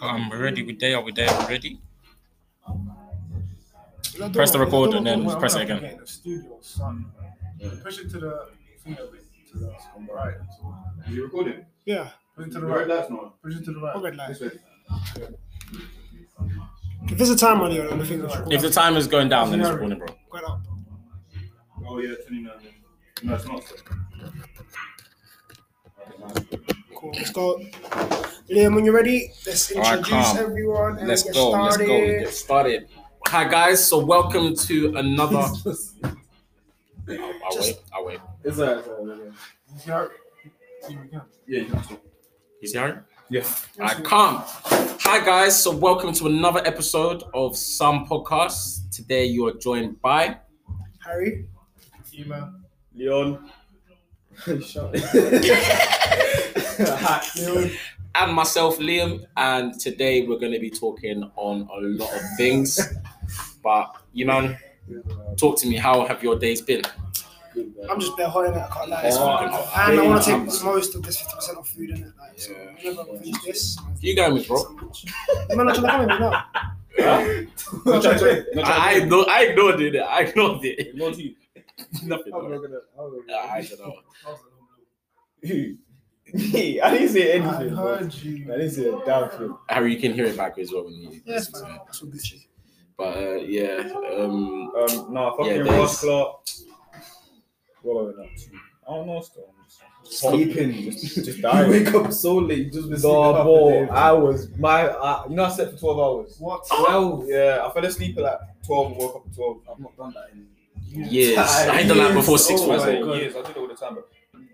I'm ready. We there. We there. We ready. Press the record and then press it again. The studio, son. Push it to the finger. To the right. Is it recording? Yeah. Push it to the Right, right. that's not. Push it to the right. What red light? This way. If there's a time on here, I think it's If the time is going down, then it's recording, bro. quite up. Oh, yeah, 29. No, it's not. Cool. Let's go. Liam, when you're ready, let's All right, introduce calm. everyone and Let's get go. Let's started. go. Get started. Hi guys. So welcome to another. I'll, I'll wait. I'll wait. It's alright, it's alright. You see how- Here we go. Yeah, you can talk. He's here. Yeah. I come. Hi guys, so welcome to another episode of Some Podcasts. Today you are joined by Harry, Email. Leon. Shut Leon, and myself, Liam, and today we're going to be talking on a lot of things. but you man, talk to me. How have your days been? I'm just bare hot in it. I can't lie. It's Oh, fucking hot. I'm and I want to hot. take most of this 50% off food in it. Like, so Yeah. whenever I finish this, You going with bro? man, I'm trying to come with me now. No chance, no chance. I I know. I ignored it. I ignored it. Not you. Nothing. I'm bro. looking at- I'm looking at- I don't know. Hey, I didn't say I anything. bro. heard you. I didn't say a damn thing. Harry, you can hear it back as well when you. Yeah, it's fine. That's all good shit. But uh, yeah, um, Um, nah, fucking Yeah, yeah, there's- Ross Clark. What are we up to? I don't know still. I'm just- sleeping. Just, just I dying. wake up so late just No, been sleeping bro, half the day. I was my. I, you know, I slept for twelve hours. What? Twelve? Oh, Yeah, I fell asleep at like twelve and woke up at twelve. I've not done that in years. I ain't done that before six Oh months. my ago. God. years. I did it all the time, but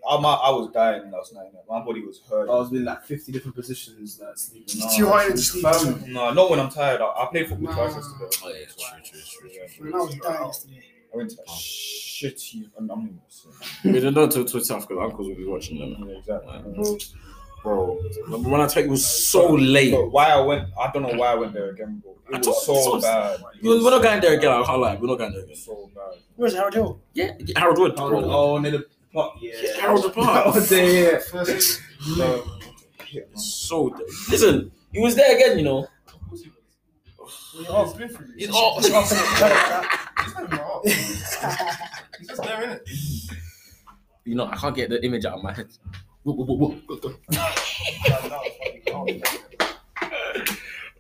I, my, I was dying last night. man. My body was I hurt. was in like 50 different positions like sleeping. It's too hard to it's sleep. fam. No, not when I'm tired. I, I played football twice Nah. yesterday. Oh, yeah, it's true, true, true, true. Oh. Man, I was dying yesterday. I went to that shitty. I'm not even saying. We don't know to Twitter because uncles will be watching them, Yeah, exactly. bro. When I tell you, it was so late. But why I went, I don't know why I went there again, bro. I It told- was so it's- bad. We're we're not going there again. I can't lie. We're not going there It again. was so bad. Where's Harold Hill? Yeah, Harold Wood, Oh, bro. oh, near the plot. Yeah, Yeah. Harold That Park. was there. First, No. So listen, he was there again. You know, we all been through this. he's oh, all. It's not even off. It's just there, innit? you know, I can't get the image out of my head. Whoa, whoa, whoa, whoa, go, go. Like, now it's fucking off.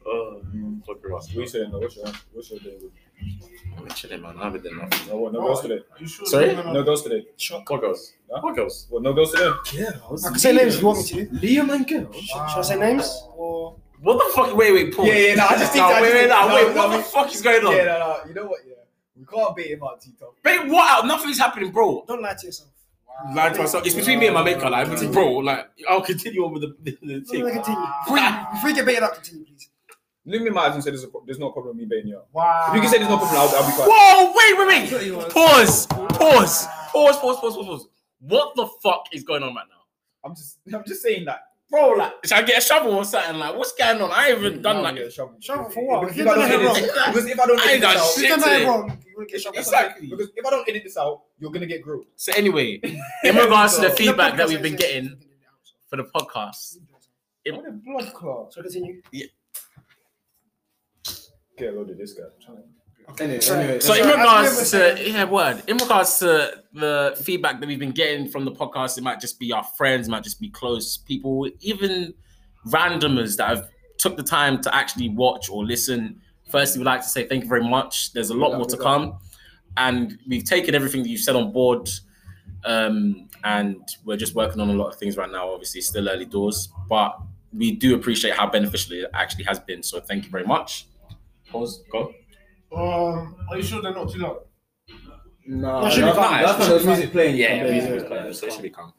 Oh, fuck your ass. What are you saying? though? What's your what's your day? I'm chilling, man. I haven't done nothing. No, what, no girls today. You sure Sorry? you're gonna- No girls today. What girls? Huh? What girls? What? No girls today. I can say names if you want me to. Liam and Girl. Should I say names? Or What the fuck? Wait, wait, pause. Yeah, yeah, no, I just think Nah, I wait, just wait, think- nah, no, wait. What no, the fuck is going Yeah, on? no, no. You know what? Yeah. We can't beat him out, Tito. Babe, what out? Nothing's happening, bro. don't lie to yourself. Lie to myself. It's between me and my maker. Like, Mm. between- bro, like, I'll continue on with the, the, the Continue. thing. Before you, before you get baited out, continue, please. Lumi might have said there's, a, pro- there's no problem with me baiting you out. Wow. If you can say there's no problem, I'll, I'll be quiet. Whoa, wait, wait, wait. Pause, pause, pause, pause, pause, pause, pause. What the fuck is going on right now? I'm just I'm just saying that. Bro, like, should I get a shovel or something? Like, what's going on? I ain't Mm, even done Now like we get this. a shovel. Shovel for what? Because If you if I don't don't have edit it this- because if I don't I ain't edit done this out, shit. If you've done today. that wrong, you wouldn't get shot. Because That's Exactly. because if I don't edit this out, you're gonna get grilled. So anyway, in regards to the So- okay. feedback that The we've been podcast getting is- for the podcast, It- What a blood clot. So continue. Get a load of this guy. Anyway, anyway. so in Sorry, regards I remember to yeah, word, in regards to the feedback that we've been getting from the podcast, it might just be our friends, might just be close people, even randomers that have took the time to actually watch or listen. Firstly, we'd like to say thank you very much. There's a lot more to come, and we've taken everything that you've said on board, um, and we're just working on a lot of things right now. Obviously, it's still early doors, but we do appreciate how beneficial it actually has been. So thank you very much. Pause. Go. Um, are you sure they're not too loud? That No, that's should be fine. not that's That not should the be music playing. Yeah, Okay, music was playing, so it should be calm.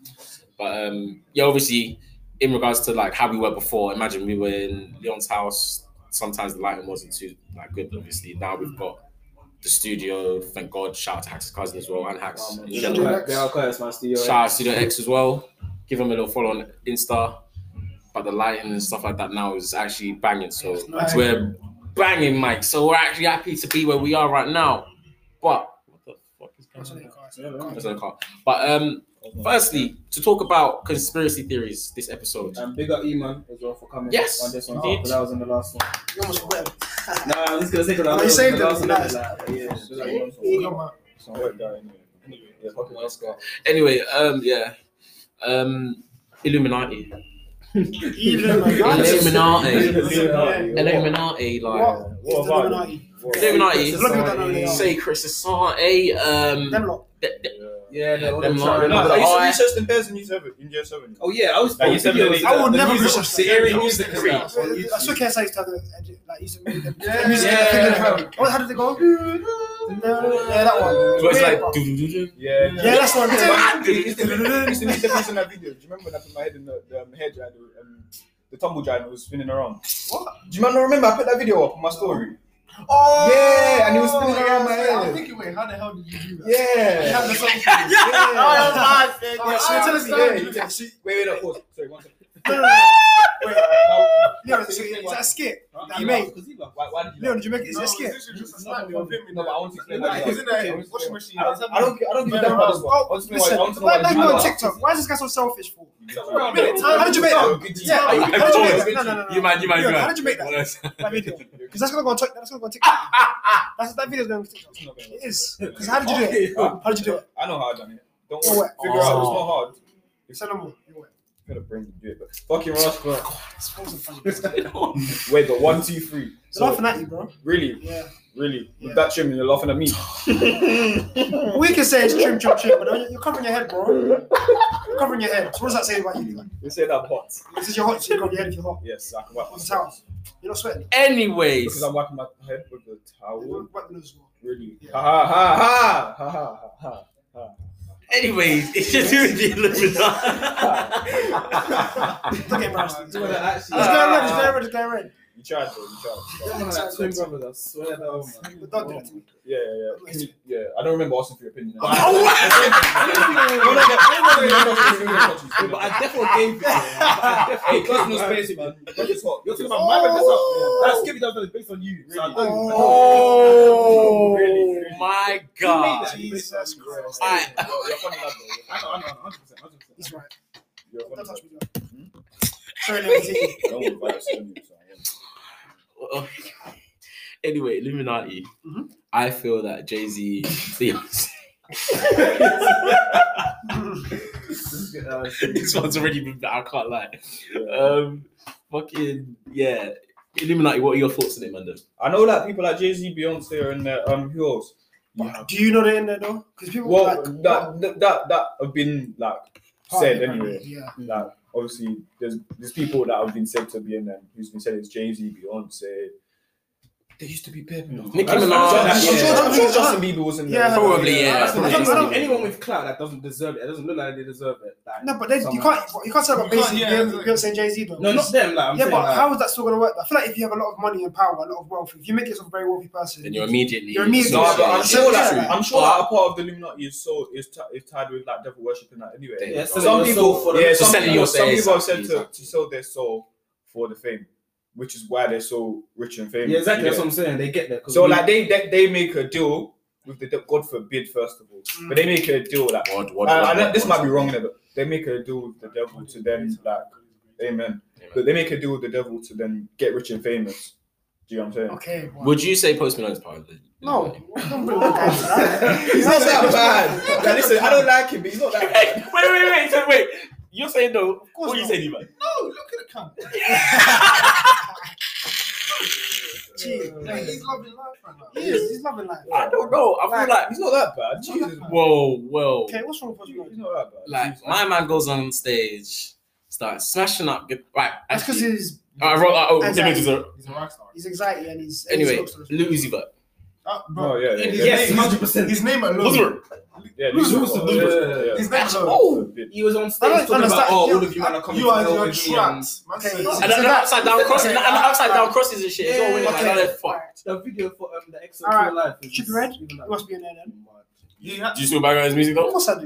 But um, yeah, obviously, in regards to like how we were before, imagine we were in Leon's house. Sometimes the lighting wasn't too like good. Obviously, now we've got the studio. Thank God. Shout out to Hack's cousin as well, and Hacks. in Yeah, general. Studio man. X. They are quite my studio. Shout out to Studio X as well. Give them a little follow on Insta. But the lighting and stuff like that now is actually banging. So nice. we're banging, Mike. So we're actually happy to be where we are right now. But what the fuck is going That's on? what they That's not a car. But um, Firstly, to talk about conspiracy theories this episode. And Um, big up E-Man as well for coming Yes, on this one. indeed. Because I was on the last one. You almost wet. No, I'm just going to say because I Oh, was you on saved the it. last one. Nice. Like, yeah, so that one- Come on. It's not like that anyway. Yeah, fucking well, Scott. Anyway, um, yeah, um, Illuminati, Even my God. Illuminati, Illuminati. Illuminati, like What? What It's about Illuminati. it? What Illuminati, Look at that now, they are. Sacred Society, um, Them lot. th- th- Yeah. Yeah, they're all Them in lot. China. No, Remember I the used to eye- research the bears in Seven, in year seven. Oh yeah, I was. Like, you said videos- that they- I would the never music- research the that. area music is Yeah. I that. swear KSI used to have the, like, used to make them. Yeah, music, yeah, I think yeah. they- Oh, how did it go? Yeah, that one. so it's like, Yeah, Yeah, that's what I'm It used to be it used to be the person in that video. Do you remember when I put my head in the, the um, hedge and the, um, the tumble giant was spinning around? What? Do you remember? Remember I put that video up on my story. Oh! Yeah, and he was spinning Yeah, around my I was head. thinking, wait, how the hell did you do that? Yeah. You have the song. Yeah, so you're telling me- understand. yeah, yeah, she- Wait, wait, no, pause. Sorry, one second. no, no, no. Wait, no. Yeah, so it's that skit that you made. Why, why did you? Leon, did you make it? It's No, a it's skit. literally just a slap No, of him in but I the- want to explain Like, why. he's in a Okay, washing machine. I don't, I don't, I don't give a damn about this one. I want to explain why- I Oh, Listen, why want to know why like you you on do that. TikTok? Why is this guy so selfish for? How Wait, how did you make that? Yeah, you- I'm how did you make sorry. that? No, no, no, no. you man, you man, you Leon, man. How did you make that? That video. Because that's gonna go on TikTok. That's gonna go on TikTok. That's that video's going on TikTok. It is. Because how did you do it? Huh? How did you do it? I know how I done it. Don't Oh, worry. wait. Figure out. It's not Say no hard. more. You went. I'm gonna bring you do it, but fucking rascal. It's also funny. They're Wait, but one, two, three. So laughing at you, bro. really, Yeah. really, Yeah. with that trim, you're laughing at me. We can say it's trim, trim, trim, but don't- you're covering your head, bro. You're covering your head. So what does that say about you? Like, You say that hot. is this your hot? So you cover your head if you're hot. Yes, I can wipe What's my the towel? You're not sweating. Anyways, because I'm wiping my head with the towel. You're wiping as well. Really? Yeah. Ha ha ha ha ha ha ha. anyways, it's just you with the Illuminati. Don't get embarrassed. It's going red. It's Actually, going red. It's going red. It's going red. You tried, bro. You tried. Yeah, man, like, twin brothers, I swear that was- But don't do that to me. Yeah, yeah, yeah. Can you- yeah. I don't remember asking for your opinion. Oh, No, But no, no. I definitely gave it. Hey, personal space, space, man. You're just hot. You're talking about my Oh. breakfast up. That's Skippy Dubs that is based on you. So I don't- I don't- Oh. Really, really. my God! Jesus Christ. I- You're you're funny, lad, bro. You're funny. I know, I know, 100%, 100%. He's right. You're funny, Don't lad. touch me. John. Sorry, Leon. is it- I don't want to bias you, so I won't. anyway, Illuminati. Mhm. I feel that Jay Z. Uh, this one's already been. I can't lie. Yeah. Um, fucking yeah. Illuminati. What are your thoughts on it, man? I know that people like Jay Z, Beyonce, are in there. Um, who else? Do you know they're in there though? Because people Well, like, that, that that that have been like Part said of it, apparently. anyway. Yeah. Like obviously, there's there's people that have been said to be in there. Who's been said it's Jay Z, Beyonce. They used to be pepping. Nicki Minaj. I'm sure, Yeah. I'm sure Justin Bieber was in there. Yeah, Probably, yeah. That's the I thing. don't- I It's like don't- Anyone with clout that doesn't deserve it, it doesn't look like they deserve it. Like, No, but then you someone- can't you can't say about You can't, basically yeah, Beyonce like- Beyonce and Jay Z though. No, not them. Like, I'm yeah, saying, but like, how is that still gonna work? I feel like if you have a lot of money and power, a lot of wealth, if you make yourself a very wealthy person, Then you're immediately. You're immediately- No, but I'm Yeah. sure that Yeah. I'm sure that a part of the Illuminati is so is, t- is tied with like devil worship and that anyway. Yeah, Yeah, some selling your people- soul for the- yeah, So some selling people, your some soul, people have said to, exactly. to sell their soul for the fame, which is why they're so rich and famous. Yeah, exactly. That's Yeah. what I'm saying. They get there. 'cause So we- like they, they they make a deal with the de- God forbid first of all, but they make a deal like What? What? uh, and that- this might be wrong, there, but they make a deal with the devil to then like amen. But they make a deal with the devil to then get rich and famous. Do you know what I'm saying? okay. Well, Would you say Post Malone's part of the? no, don't bring that guy to that. he's not that bad. Now, listen, I don't like him, but he's not that Hey, bad. wait, wait, wait, so wait. You're saying no. course what are you not. saying, man? No, look at the cunt. Gee, Like, like, he's loving life right now. he is. He's loving life. I don't know. I feel like He's not that bad. Jesus, whoa, whoa. Okay, what's wrong with you? he's not that bad. Like Jesus. my man goes on stage, starts smashing up. Good, right, That's because actually- he's I wrote. I- Oh, the Anxiety. images are- He's a rock star. he's anxiety and he's and anyway, he's- Lucy Vert. Uh, bro. oh yeah, yeah, yeah. Yes, His name- 100%. His name alone. Loser. yeah, Loser. Lucifer, Yeah. Lucifer, yeah. His name Actually, alone. oh, Forbid. He was on I stage don't talking about, understand. oh, You- all of you man are coming You are, to you are LVP and- trapped. Man Okay, said- and then he's- So the that- upside down okay, crosses, and the okay. upside down crosses and shit. Yeah, Yeah, yeah, okay. fuck. The video for um, the EXO All right. Tour Live. is- Should be red. even He like- must be in there then. He had- Do you still bang out his music Of though? course I do.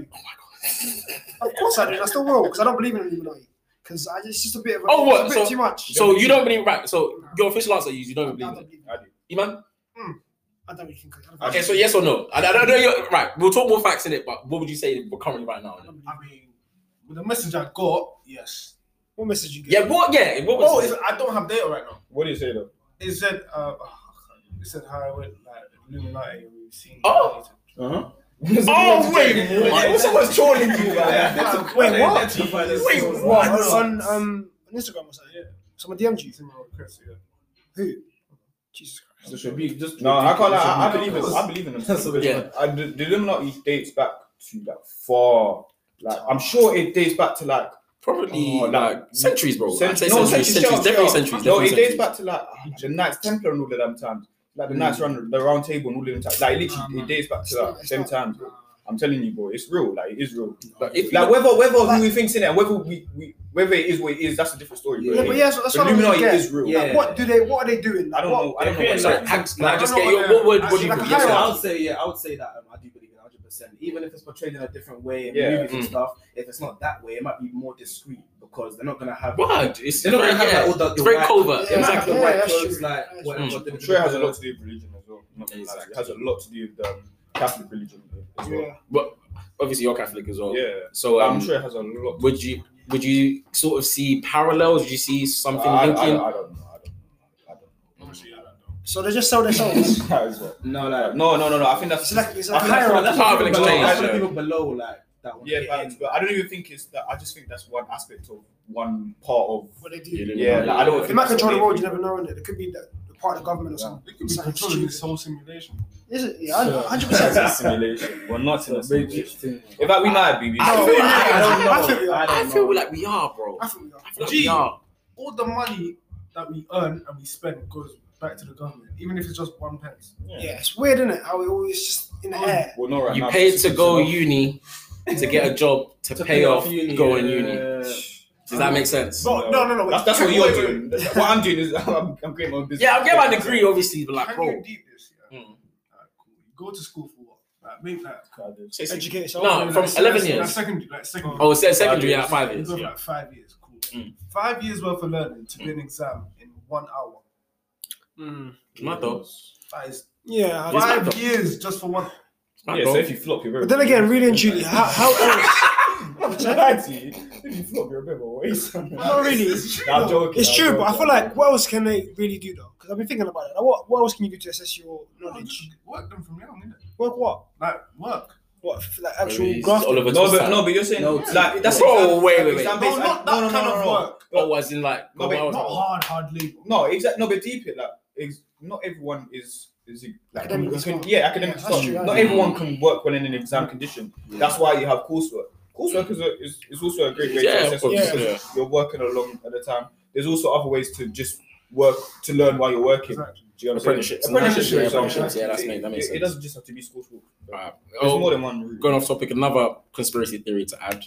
Of course I do. and I still will because I don't believe in Illuminati. Because I it's just a bit of a, Oh, what? It's a bit So- too much. So you don't believe right? So your official answer is you don't I don't believe it. believe. I do. You man? I don't really think. I don't Okay, so yes or no? I, I don't know. You're, right, we'll talk more facts in it, but what would you say we're currently right now? I mean, With the message I got, yes. What message you get? Yeah, what? Yeah, what Oh, was? it's, I don't have data right now. What do you say though? It said, uh, oh, it said how I went like Illuminati. We've seen. Oh! Uh-huh. Oh, wait, what? What's so much trolling you guys? Wait, what? Wait, What? what? On, um, on Instagram or something. Yeah. Someone DM'd you. Who? Jesus Christ. Just rebuke- just No, I can't. rebuke- Lie. I, I just believe rebuke in. us. I believe in That's them. what it Yeah. is. I, the, the Illuminati dates back to like far. Like I'm sure it dates back to like Probably Oh, like like- centuries, bro. I'd say centuries. centuries, centuries, definitely centuries. No, it definitely dates back to like the Knights Templar and all of them times. Like the Mm. Knights around the Round Table and all of them times. Like literally, it dates back to like them times. I'm telling you, bro, it's real. Like it is real. Like, if you like whether whether who we thinks in it, and whether we, we whether it is what it is, that's a different story. Yeah, Yeah, bro. but yeah, so that's The what I'm Illuminati get. is real. Yeah. Like, what do they? What are they doing? I don't What- know. I don't know. Yeah, what Sorry, like- hacks- can I like, just I don't get your wanna- what word? What do actually, you like put a Yeah, so I yourself? hierarchy. would say yeah, I would say that um, I do believe in hundred percent. Even if it's portrayed in a different way in Yeah. movies and Mm. stuff, if it's not that way, it might be more discreet because they're not gonna have. Word. It's They're not very, gonna have yeah, like, all the, it's the very white- covert. They might have Exactly. the Yeah, white that's clothes, true. like That's whatever. true. the- I'm sure it has a the- lot to do with religion as well. I'm not gonna lie. It has a lot to do with um, Catholic religion as well. Yeah. Obviously, you're Catholic as well. Yeah, So I'm um, sure it has a lot. would you would you sort of see parallels? Would you see something I, I, I, linking? I don't know. I don't know. Honestly, I don't know. So they just sell their I souls. don't know. as well. No, like No, no, no, no. I think it's that's like it's I like a think that's That's hierarchy. what Part of an people below- exchange, That's what yeah. people below like that. want to yeah, get but, in. but I don't even think it's that. I just think that's one aspect of one part of. What they do. Yeah, Yeah, like, I don't. They think might that's control the what world. You never know. innit? It could be the, the part of the government or something. They could be controlling this whole simulation. Is it? Yeah, I know. Sure. Hundred they think. It's percent. a simulation. We're not in a It's a big simulation. thing. In fact, we might be. we I might feel be. like- I feel you. I I don't feel know. like we are, bro. I think we are. I feel like Gee. we are. All the money that we earn and we spend goes back to the government, even if it's just one pence. Yeah, it's weird, isn't it? How it always just in the air. Well, not right You now, paid because to it's go enough. uni to get a job to, To pay, off uni, going yeah. uni. Does that make sense? No, no, no, no, wait. That's, that's what Wait, you're wait, doing. That's- What I'm doing is I'm, I'm creating my own business. Yeah, I'll get my degree, obviously, but like, Can bro. you deep this? Yeah. Hmm. Alright, cool. You go to school for what? Like, make that. say something. Educate yourself. No, like, Oh, from sec- 11 like, years. secondary, like secondary. Oh, it's secondary, yeah, years. five You years. go for Yeah. Hmm. like five years, cool. Mm. Five years worth of learning to do an exam in one hour. Mm. Mad though. That is Yeah. I It's don't- not five years just for one. Mad Yeah, so though. if you flop, you're very. But then again, really and truly, how, how else? I'm trying to. If you flop, you're a bit of a waste. Not really. Nah, I'm joking. It's I'm true, but I joking. feel like what else can they really do though? Because I've been thinking about it. Like, what what else can you do to assess your No, knowledge? just work them from young, innit? Work what? Like work. What f- like Maybe actual it's graph? Oliver No, Twist but time. no, but you're saying No, like that's Bro, exam- wait, wait, wait. exam-based- No, not that kind of work. Oh, as in like, No, no, wait, I was Not like- hard, hard labor. No, exactly. No, but deep it like ex- not everyone is is like Academic can- smart. yeah academic Yeah, that's stuff. true, Not yeah. everyone can work well in an exam condition. That's why you have coursework. Coursework is, a, is, is also a great way Yeah, to of assess course, because yeah. you're working along at a time. There's also other ways to just work to learn while you're working. Exactly. Do you know what I'm saying? Apprenticeships. Apprenticeships, Yeah, for example. apprenticeships, yeah, that's- that makes It- sense. It doesn't just have to be schoolwork. There's Alright. Oh, more than one route. going off topic, another conspiracy theory to add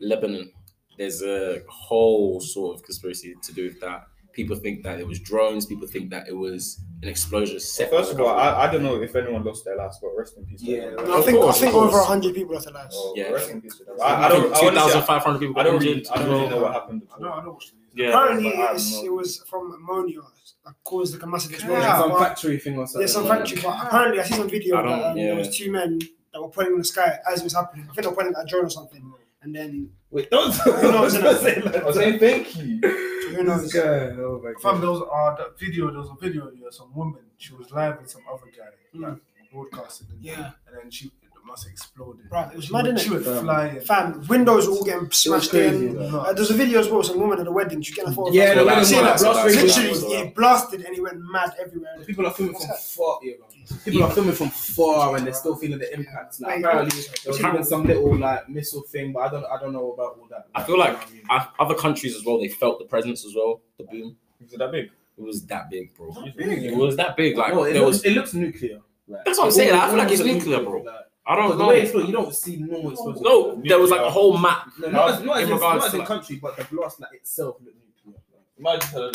Lebanon. There's a whole sort of conspiracy to do with that. People think that it was drones, people think that it was an explosion set by First the of all, government. I, I don't know if anyone lost their lives, but rest in peace. to Yeah. everyone. I Of think course, I think of course. over hundred people have to last. Oh, Yeah. rest in peace to them. I, I don't. I honestly- 2,500 people I got don't really. injured. I don't really know what happened. I At don't, all. I don't watch the news. Yeah. Apparently, but I don't it's, know. it was from ammonia that caused like a massive explosion. Yeah, some But- factory thing or something. yeah, some like factory. that. But apparently, I see some video I that don't- um, yeah. there was two men that were pointing in the sky as it was happening. I think they were pointing at a drone or something, and then Wait, don't. knows, don't innit? say like I was saying that. thank you. who knows? This guy, oh my Fam, God. there was uh, that video. There was a video. There was some woman. She was live with some other guy, like broadcasting. And Hmm. Yeah. and then she it must have exploded. Bruh, it was she mad, went- innit? She went Fam. flying. Fam, windows were all getting smashed crazy, in. though. Uh, there's a video as well. Some woman at a wedding. She getting a photo. Yeah, the I've wedding seen one, that. that's what I saw, that's Literally, what I saw. it blasted and it went mad everywhere. People are filming from far. Yeah, bro. People are filming from far and they're still feeling the impact. Like, apparently, there was even some little like missile thing, but I don't, I don't know about all that. I feel like uh, other countries as well, they felt the presence as well, the boom. Is it that big? It was that big, bro. It Big. was that big. Like, no, Oh, it, there looks, was, it looks nuclear. Like, That's what I'm saying, I feel like it it's looks nuclear, bro. Like, I don't but the way it's know. built, you don't see normal explosions. No, there was like a whole map. No, not, as, not, In as, in, regards not as to in like- country, but the blast like, itself looked nuclear. Might just had a uh,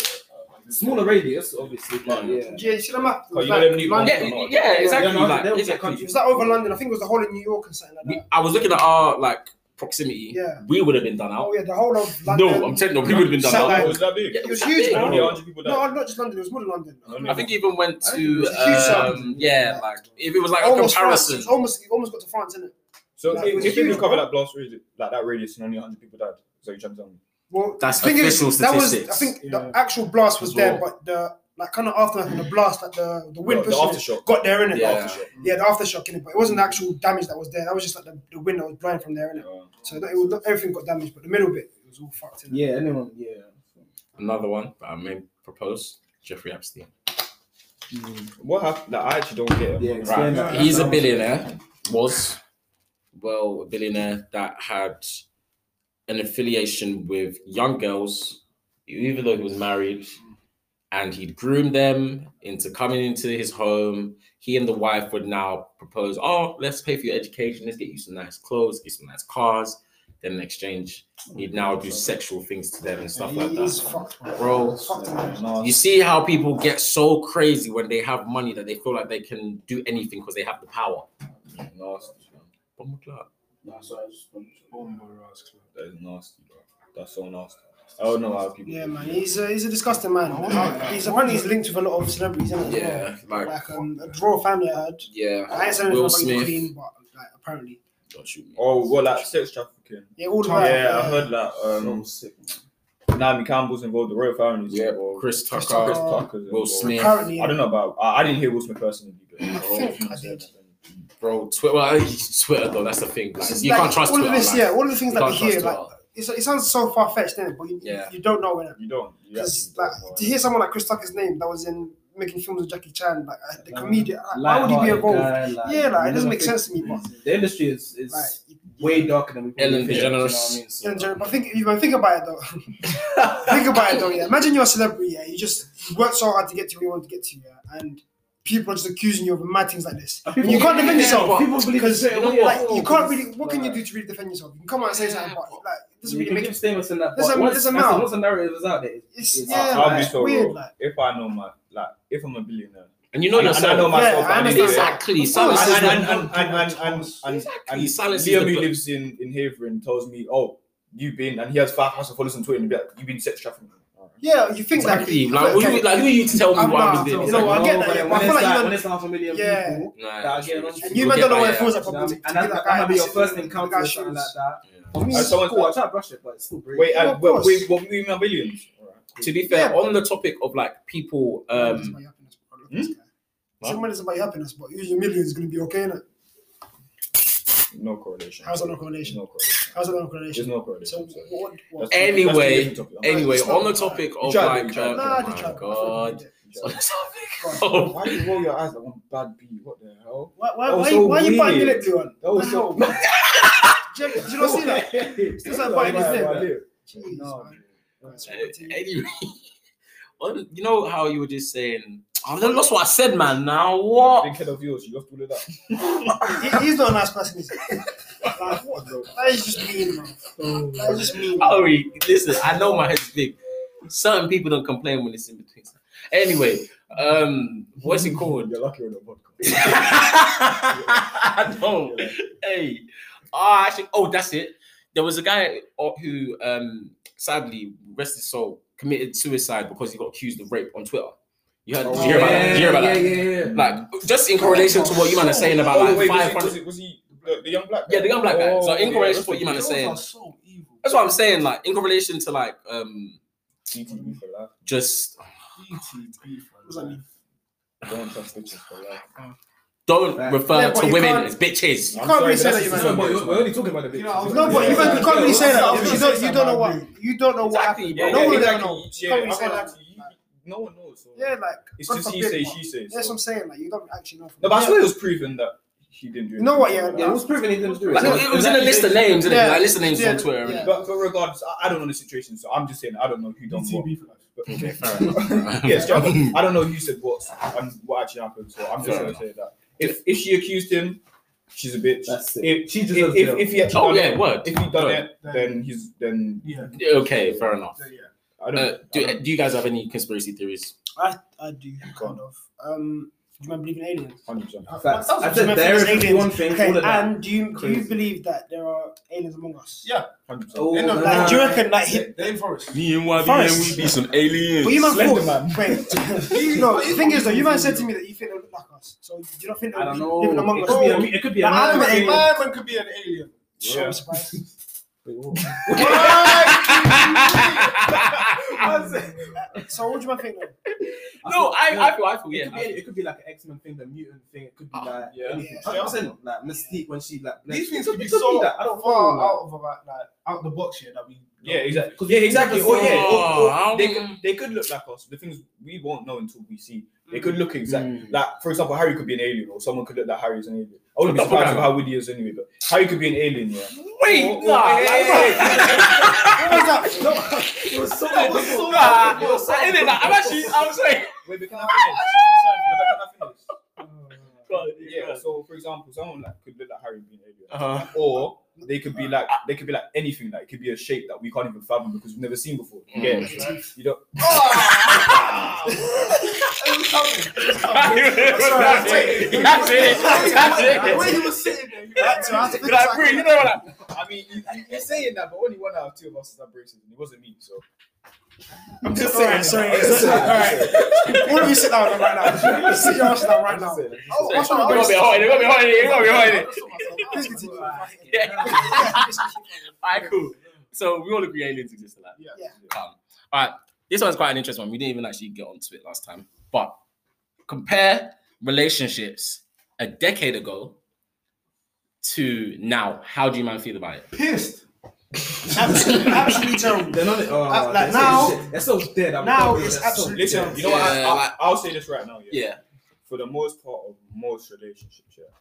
Smaller radius, obviously, but Yeah. yeah. Yeah, you see the map. It Oh, was you know like them new London- Yeah, yeah, exactly. Yeah, no, like, there was a exactly. country It was that over London. I think it was the whole of New York and something like we, that. I was looking at our like proximity. Yeah. We would have been done out. Oh yeah, the whole of London. No, I'm telling you, we would have been done Satellite. out. Oh, was that big? Yeah, It was that huge, big, bro. Only bro. 100 people died. No, not just London. It was more than London. Only I think even went I think it to was a huge um, sum. yeah, like if it was like a almost France. comparison. It was almost, it almost got to France, innit? So Like, if, it's if you huge, recover bro. that blast radius, like that radius, and only 100 people died. So you trying to tell me? Well, That's the thing is, official that was I statistics. think Yeah. the actual blast was As there, well. but the like kind of aftermath and the blast, like the the wind Well, the pushing it, aftershock. got there in it. Yeah. yeah, the aftershock in it, but it wasn't the actual damage that was there. That was just like the, the wind that was blowing from there in it. Uh, So that, it was, everything got damaged, but the middle bit it was all fucked in. Yeah, anyone. Yeah. Oh. Another one that I may propose Jeffrey Epstein. What happened? Like, I actually don't get it. Yeah, Right. explain that. He's a That billionaire, was well, a billionaire that had an affiliation with young girls, even though he was married, and he'd groomed them into coming into his home. He and the wife would now propose, Oh, let's pay for your education, let's get you some nice clothes, get some nice cars. Then in exchange, he'd now do sexual things to them and stuff like It is that. fucked, bro. Bro, It's fucked in it. No, you see how people get so crazy when they have money that they feel like they can do anything because they have the power. nasty. man. Bomb clock. Nah, sorry, I just wanted to- That is nasty, bro. That's so nasty. I don't know how people. Yeah, man, he's a, he's a disgusting man. He's apparently he's linked with a lot of celebrities. Isn't he? Yeah, like, like um, a royal family. I heard. yeah. I ain't saying anything Will about Smith. Queen, but like, apparently, Don't shoot me. Oh, well, like sex trafficking. yeah, all the Yeah, way. I heard that. Um, Naomi Campbell's involved, the royal family's Yeah, involved. Chris Chris Tucker. Chris Tucker's Will involved. Smith. Apparently, I don't know about. I, I didn't hear Will Smith personally. But I think I did. Bro, Twitter. Well, Twitter though, that's the thing. Like, It's you like, can't trust all Twitter. of this. like, yeah, all of the things you that we can't trust hear, Twitter. like it's, it sounds so far fetched, innit? But you, Yeah. you don't know innit? You don't. You Because actually don't, like, bro. to hear someone like Chris Tucker's name that was in making films with Jackie Chan, like uh, the Um, comedian, like, why would he be lighthearted involved? guy, like, yeah, like it you doesn't know, make I sense to me. think But The industry is is like, way darker than we probably Ellen think, you know what DeGeneres. I mean? So, yeah, Jeremy, but think, but think about it though. think about it though. Yeah, imagine you're a celebrity. Yeah, you just you worked so hard to get to where you want to get to. Yeah, and people are just accusing you of mad things like this. And And you can't defend yourself People believe because straight away, like oh, you can't because, really. What can you like, do to really defend yourself? You can come out and say something, but like it doesn't you really can make give statements in that. There's but a- once, there's a as soon amount. as the narrative is out there, it's- It's it's- yeah, I'll like, be it's so weird. real. Like, If I know my, like, if I'm a billionaire, And you know And I- and I yourself. know myself. Yeah, I I need understand it. that. Exactly. Of Silence course. is and the- and and and and and, and, Exactly. and Silence is Liam the who best. lives in in Havering tells me, oh, you've been, and he has five thousand followers on Twitter, and he'll be like, you've been sex trafficking. yeah, you think that. Exactly. Like, who you- like, who are you to tell me I'm what I'm not- doing? you know what, I get that, but yeah, when but I feel it's like you don't- when it's half a million Yeah. people, Nah, That I that's get true. on- We'll And you man get don't know by, what it yeah. feels like you know, for and people to that- be that like, might be your "Ah, first this is- encounter this or guy's something like shit." that. Yeah. I mean, Uh, it's someone- cool, I try to brush it, but it's still brave. Wait, Yeah, uh, of wait, course. wait, what we mean by billions? To be fair, Yeah. Mm. on the topic of like people, It's um, about your happiness, bro. Look at this guy. Someone is about your happiness, but your million is gonna be okay. innit? No correlation. How's that no correlation? No correlation. How's that not a correlation? There's no So correlation. sorry. what? what That's- that's a Anyway, different topic. I'm anyway, It's on the not- topic of tried, like, you tried. uh, Nah, oh I did my try. god, on not- the topic Go of Why do you roll your eyes like one bad bee? What the hell? Why, why, That was why, so why are you biting your weird. lip, Leon? That was so- What the hell? do, you, do you not see that? It's like biting his lip. Jeez, No. man. That's Uh, ridiculous. anyway, well, you know how you were just saying, I've lost what I said, man. Now what? Big head of yours, you lost all of that. He- he's not a nice person, is he? Like, what, bro? That is just mean, man. That is just mean. Oh, listen, I know my head's big. Certain people don't complain when it's in between. Anyway, um, what's it called? You're lucky on the podcast. I know. Hey, ah, actually, oh, that's it. There was a guy uh, who, um, sadly, rest his soul, committed suicide because he got accused of rape on Twitter. You heard? did you hear about that? Did you hear about yeah, that? yeah, yeah, yeah. Like, just in correlation to what you man are saying about Oh, like wait, was he- five hundred. Was he, was he the, the young black guy? Yeah, the young black guy. So Oh, in yeah, correlation that's to what you man are Girls saying, are so evil. that's what I'm saying. Like in correlation to like um CTV for life. just E ETB What does that mean? for Don't trust bitches for life. don't Right. refer Yeah, but to you women can't- as bitches. You I'm can't really sorry, say but that, you that's- No, man. but we're we're only talking about the bitches. You know, I was- No, but you can't, you can't really say that. because You don't, you don't know what. You don't know what Exactly, happened. yeah, yeah, no one will ever exactly. know. You Yeah, can't really I say can't that. actually- No one knows. So. Yeah, like It's God just he forbid, says, but- she says. That's so. what I'm saying. Like you don't actually know. No, but I swear it was proven that he didn't do it. You know what, yeah, Yeah, it was proven he didn't do it. Like, So it was in a list of names, and Yeah. like list of names Yeah. on Twitter. innit? Yeah. But, but regardless, I, I don't know the situation, so I'm just saying I don't know who done what. ETB for life. But, Okay, fair enough. yeah, straight up, I don't know who said what and what actually happened. So I'm just Fair gonna say that if if she accused him, she's a bitch. That's it. If She if, deserves if, jail. if he actually Oh done yeah, it, word. if he done Word. it, then he's then Yeah. Okay, fair enough. Yeah. I don't. Uh, I do, don't- do you guys have any conspiracy theories? I, I do Go kind of. Um, do you man believe in aliens? 100%. Facts. That was I said just there my is first one thing, Okay, all of that. and do you do you Crazy. believe that there are aliens among us? Yeah. 100%. Oh, End of man. Like, do you reckon like They- hit? They're in forest. Me and Wadi, Forrest. some aliens. But you man Slender thought. Wait, you know the thing is though, you man said to me that you think they look like us. us. So do you not think I that don't we know. living among It us? could be a, it could be a I'm man an thing. alien. My man could be an alien. Sure, I'm surprised. so what do you man think? though? no, I, No, I feel, I feel, It could, yeah. Ah, be, it could be like an X Men thing, the mutant thing. It could be like yeah. anything. Yeah. You know what I'm saying like Mystique when she like These things It could be it could so that. I don't far know. out of like, like out the box here that we. Yeah, exactly. 'Cause Yeah, exactly. we've Oh never yeah. seen- Oh, Oh, oh, they, I could, don't- they could look like us. The things we won't know until we see. They Mm. could look exactly like, for example, Harry could be an alien, or someone could look like Harry is an alien. I wouldn't be surprised Doppelganger. about how Woody is anyway, but Harry could be an alien. Yeah. Wait, Oh, oh, nah, hey, like, hey, hey, hey. What was that? It was so Nah, nah, I- innit, like, I'm actually, I'm sorry. Wait, but can I finish? No, but can I finish? Yeah. So, for example, someone like could look like Harry being an alien, Uh-huh. or they could be like they could be like anything. Like it could be a shape that we can't even fathom because we've never seen before. Mm. Yeah. You don't. That's it. That's it. That's The way it. he was sitting there, you That- so I had to think Like, back. bro, you know what? I mean, you, you- you're saying that, but only one out of two of us is that braces, and it wasn't me. So. I'm just saying. Sorry, sorry. All right. All of you sit down right now. Sit your ass down right now. Oh, what's wrong We're gonna with be this? hot in it. We're gonna be hot in it. We're gonna be hot in it. Please continue. All right, cool. So we all agree aliens exist, like. Yeah. Yeah. Um, all right, this one's quite an interesting one. We didn't even actually get onto it last time, but compare relationships a decade ago to now. How do you man feel about it? pissed. Absolutely, absolutely terrible. They're not. Oh, Uh, like, they're now- so, shit. they're so dead. I'm now not- it's they're so absolute- Listen, you know what? I, Yeah, like- I, I'll say this right now. Yeah. Yeah, For the most part of most relationships, yeah,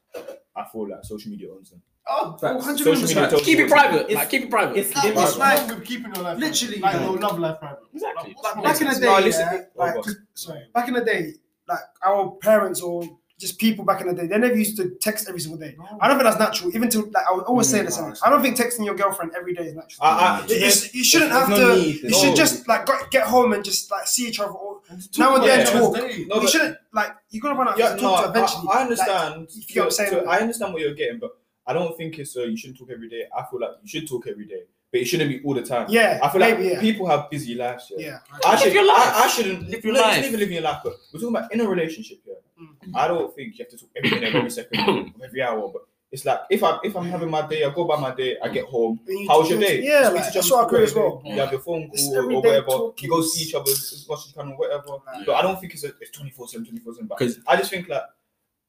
I feel like social media owns them. Oh, Facts. Social media tells keep you it what to private. It's- Like, keep it private. it's- That was Private. wrong with keeping your life. Literally. private. like your love life private. exactly. Like, back in the day, No, listen, yeah, oh, like, God. sorry, back in the day, like our parents or just people back in the day, they never used to text every single day. I don't think that's natural. Even to like, I would always say this. I don't think texting your girlfriend every day is natural. I- I- you, you s- you shouldn't There's have no to. need, You there's should no just like go, get home and just like see each other. Or, Yeah. nowadays, talk. Day. No, you but- shouldn't like. You're gonna run out yeah, to no, talk to I, eventually. I understand. if you know what I'm saying. So I understand what you're getting, but I don't think it's uh, you shouldn't talk every day. I feel like you should talk every day, but it shouldn't be all the time. Like, yeah, I feel like maybe, yeah. people have busy lives. Yeah. yeah. I Live should. your life. I, I shouldn't Live your no, life. It's even living your life, but we're talking about in a relationship. Yeah. Mm. I don't think you have to talk every minute, every second, every hour. But it's like if I if I'm having my day, I go by my day. I get home. And you How was do your things- day? Yeah, Speak to like, each that's what other I agree as every well. day. You have your phone It's call everyday or whatever. talking. You go see each other as much as you can or whatever. But I don't think it's a, it's 24 7, 24 7. But 'Cause- I just think like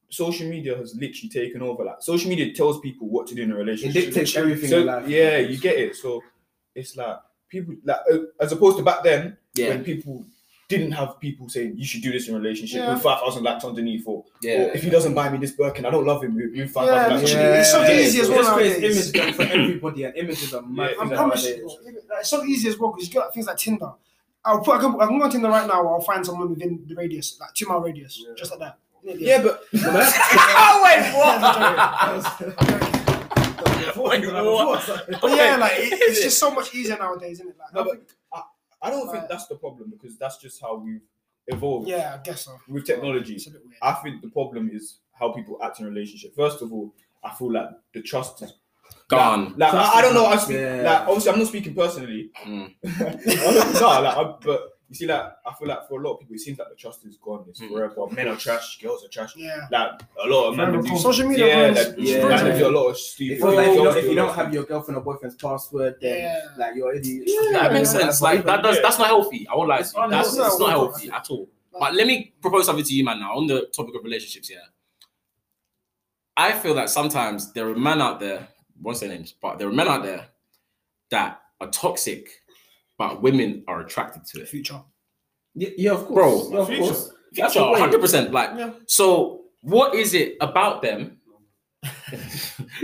social media has literally taken over. Like social media tells people what to do in a It relationship. dictates everything so, in life. Yeah, you get it. So it's like people like uh, as opposed to back then Yeah, when people didn't have people saying you should do this in a relationship Yeah. with 5,000 likes underneath or, or yeah. if he doesn't buy me this Birkin, I don't love him with, with 5,000 Yeah, likes. literally. underneath. It's so Yeah. easy as well Just creates nowadays. images for everybody, and images are mad. Yeah, I exactly. promise you, bro, even- like, it's so easy as well because you got like, things like Tinder. I'll put. I can, I can go on Tinder right now. I'll find someone within the radius, like two mile radius, just like that. Yeah, but Oh wait, Wait, what? But yeah, like it, Is it's it? just so much easier nowadays, isn't it? Like, No, I but- think- I don't think Right. that's the problem because that's just how we've evolved yeah, I guess so. with technology. It's a bit weird. I think the problem is how people act in a relationship. First of all, I feel like the trust is Gone. Like, Trust I, I don't is- know. I speak, yeah. like, obviously, I'm not speaking personally. Mm. no, like, I, but you see, like, I feel like for a lot of people, it seems like the trust is gone. It's Mm. forever. Men are trash. Girls are trash. yeah. Like a lot of men do Social media Yeah, ruins- like, yeah. man, ruins they do it. a lot of stupid. It's not like things. you don't, if you don't have your girlfriend or boyfriend's password, then Yeah. like you're an idiot. Yeah, that makes sense. Like that does that's not healthy. I won't lie to you. That's unhealthy. No, it's not of course. healthy at all. But let me propose something to you, man. Now on the topic of relationships, yeah. I feel that sometimes there are men out there. What's their names? But there are men out there that are toxic, but women are attracted to it. future. Yeah, yeah, of Bro. course. yeah, of course. That's the way. hundred percent. Like, Yeah. so what is it about them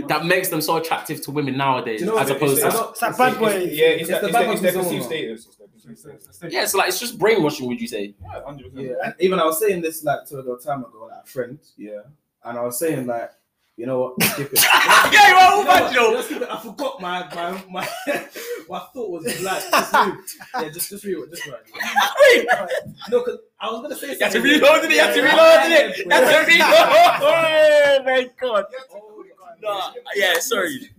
that makes them so attractive to women nowadays, Do you know as what opposed it is? to? don't- It's that bad boy. Yeah, it's, It's that- the it's, bad that- it's boy their perceived persona. status. It's their perceived It's- status. it's- it's- Yeah, it's like it's just brainwashing. Would you say? Yeah, 100%. Yeah, and even I was saying this like to a little time ago, like a friend, Yeah. and I was saying like, you know what, skip it. yeah, you are You know what? you know. Just skip it. I forgot my my my what I thought was black. Just read. Yeah, just just read it. Just read it. Wait, No, because I was gonna you say have to something. reload it. You have to reload it. You have to reload. Oh my god. Nah, yeah, sorry.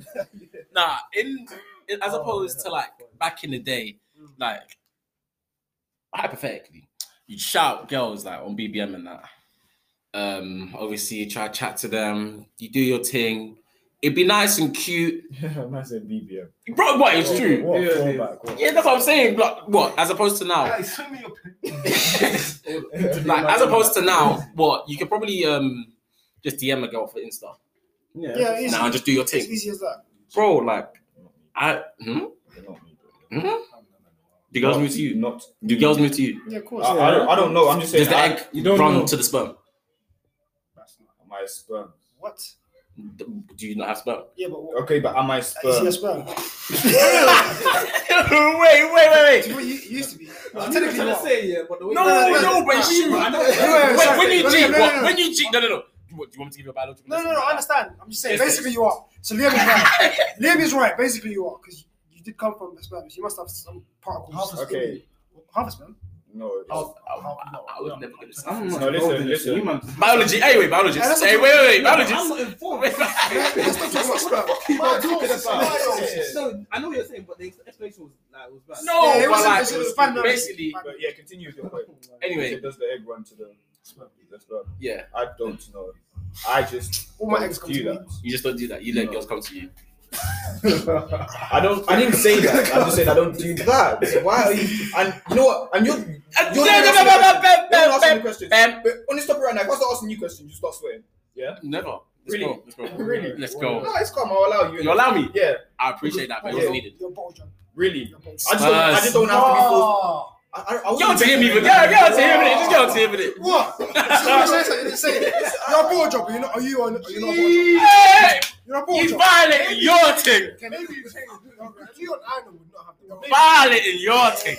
Nah, in, in- as Oh, opposed yeah. to like back in the day, like hypothetically, you'd shout girls like on BBM and that. Um, obviously, you try to chat to them. You do your thing. It'd be nice and cute, Man said BBM. bro. What? It's true. What a Yeah, yeah. throwback, what a- Yeah, that's what I'm saying. Like, what? As opposed to now, Guys, send me your picture. like as opposed to now, what? You could probably um just DM a girl for Insta. Yeah, Now easy. just do your It's thing, easy as that. bro. Like, I hmm? do girls move to you? Not. Do girls move to you? Yeah, of course. I, I, don't, I don't know. I'm just saying. Does the I- egg you don't run know. to the sperm? Am I sperm? What? Do you not have sperm? Yeah, but what? Okay, but am I Easy sperm? as sperm. wait, wait, wait, It's what you you used to be. I'm Technically, trying to what? say yeah, but the way No, No, no, no, no, but no, you. no, Wait, no, no, no, when you no, cheat, no, what? no, When you cheat, no, no, no. What, do you want me to give you a biological? No, no, lesson? no, I understand. I'm just saying, Yes, basically you are. So Liam is right. Liam is right, basically you are, because you did come from the sperm. You must have some particles. Half a Okay. Half a sperm? No. it's- Oh, I, I, I was never gonna say. I'm not No, listen, involved in this. listen. You man- Biology. Anyway, biology. Yeah, that's Hey, wait, what- wait, wait, No, but I'm biologist. not involved. Let's not talk about sperm. People talking God, about. smile. No, I know what you're saying, but the explanation was like was bad. No, Yeah, it but wasn't- like, it was- it was fun, no, it was basically- fun. But yeah, continue with your point. Anyway. does the egg run to the the sperm? Yeah, I don't know. I just All my don't eggs come do to that. you just don't do that. You let girls come to you. I don't. I didn't say that. I just said I don't do that. So why are you? And you know what? And you're. you're No, the no, one no, asking no, no, bam, the question. You're the one asking the questions. bam, But on this topic right now, if I start asking you questions, you start sweating. Yeah. Never. Let's Really? go. Let's go. Really? Let's go. No, it's calm. I'll allow you. You allow me? Yeah. I appreciate that, but it Your- was needed. Your ball jump. Really. Your ball I jump. just don't. I just don't have to be forced. I, I, I Go wasn't- to him, even. Go, go to him, innit? Just go to him, innit? What? You didn't say it. You're a ball jumper. You're not. Are you on? You're not a ball jumper. Hey, You're a ball he's jumper. violating your thing. Okay, maybe you change. If you and Arnold would not have the Violating your thing.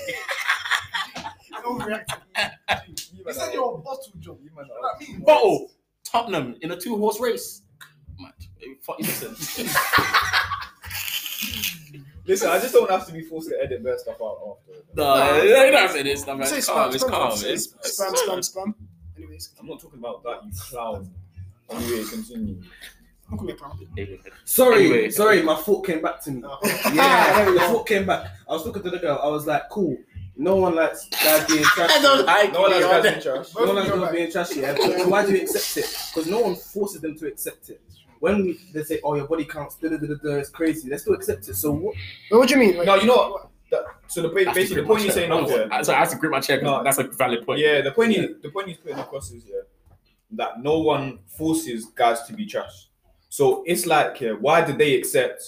He said you're a bottle job. You know what I mean? Bottle. Tottenham in a two-horse race. Mad. Fuck, listen. Listen, I just don't have to be forced to edit their stuff out after. No, Uh, you don't have to say this. No, man. Say It's spam, calm. It's calm. spam, It's spam, spam, spam. Anyways, I'm not talking about that, you clown. Anyway, continue. look at me, pal. Sorry, Anyway. sorry, my thought came back to me. Oh. Ah, Yeah, the thought came back. I was talking to the girl. I was like, cool. No one likes guys being trashy. No I No one has guys in don't. trash. one likes girls being trashy. Yeah? But then why do you accept it? Because no one forces them to accept it. When we, they say, "Oh, your body counts," da da da da, it's crazy. They still accept it. So Wait, what? what do you mean? Wait, No, you know what? That, so the ba- That's basically a the grip point my you're saying chair. up there. I- Sorry, I have to grip my chair because No. that's a valid point. Yeah, the point he, the point he's putting across is yeah, that no one forces guys to be trash. So it's like yeah, why do they accept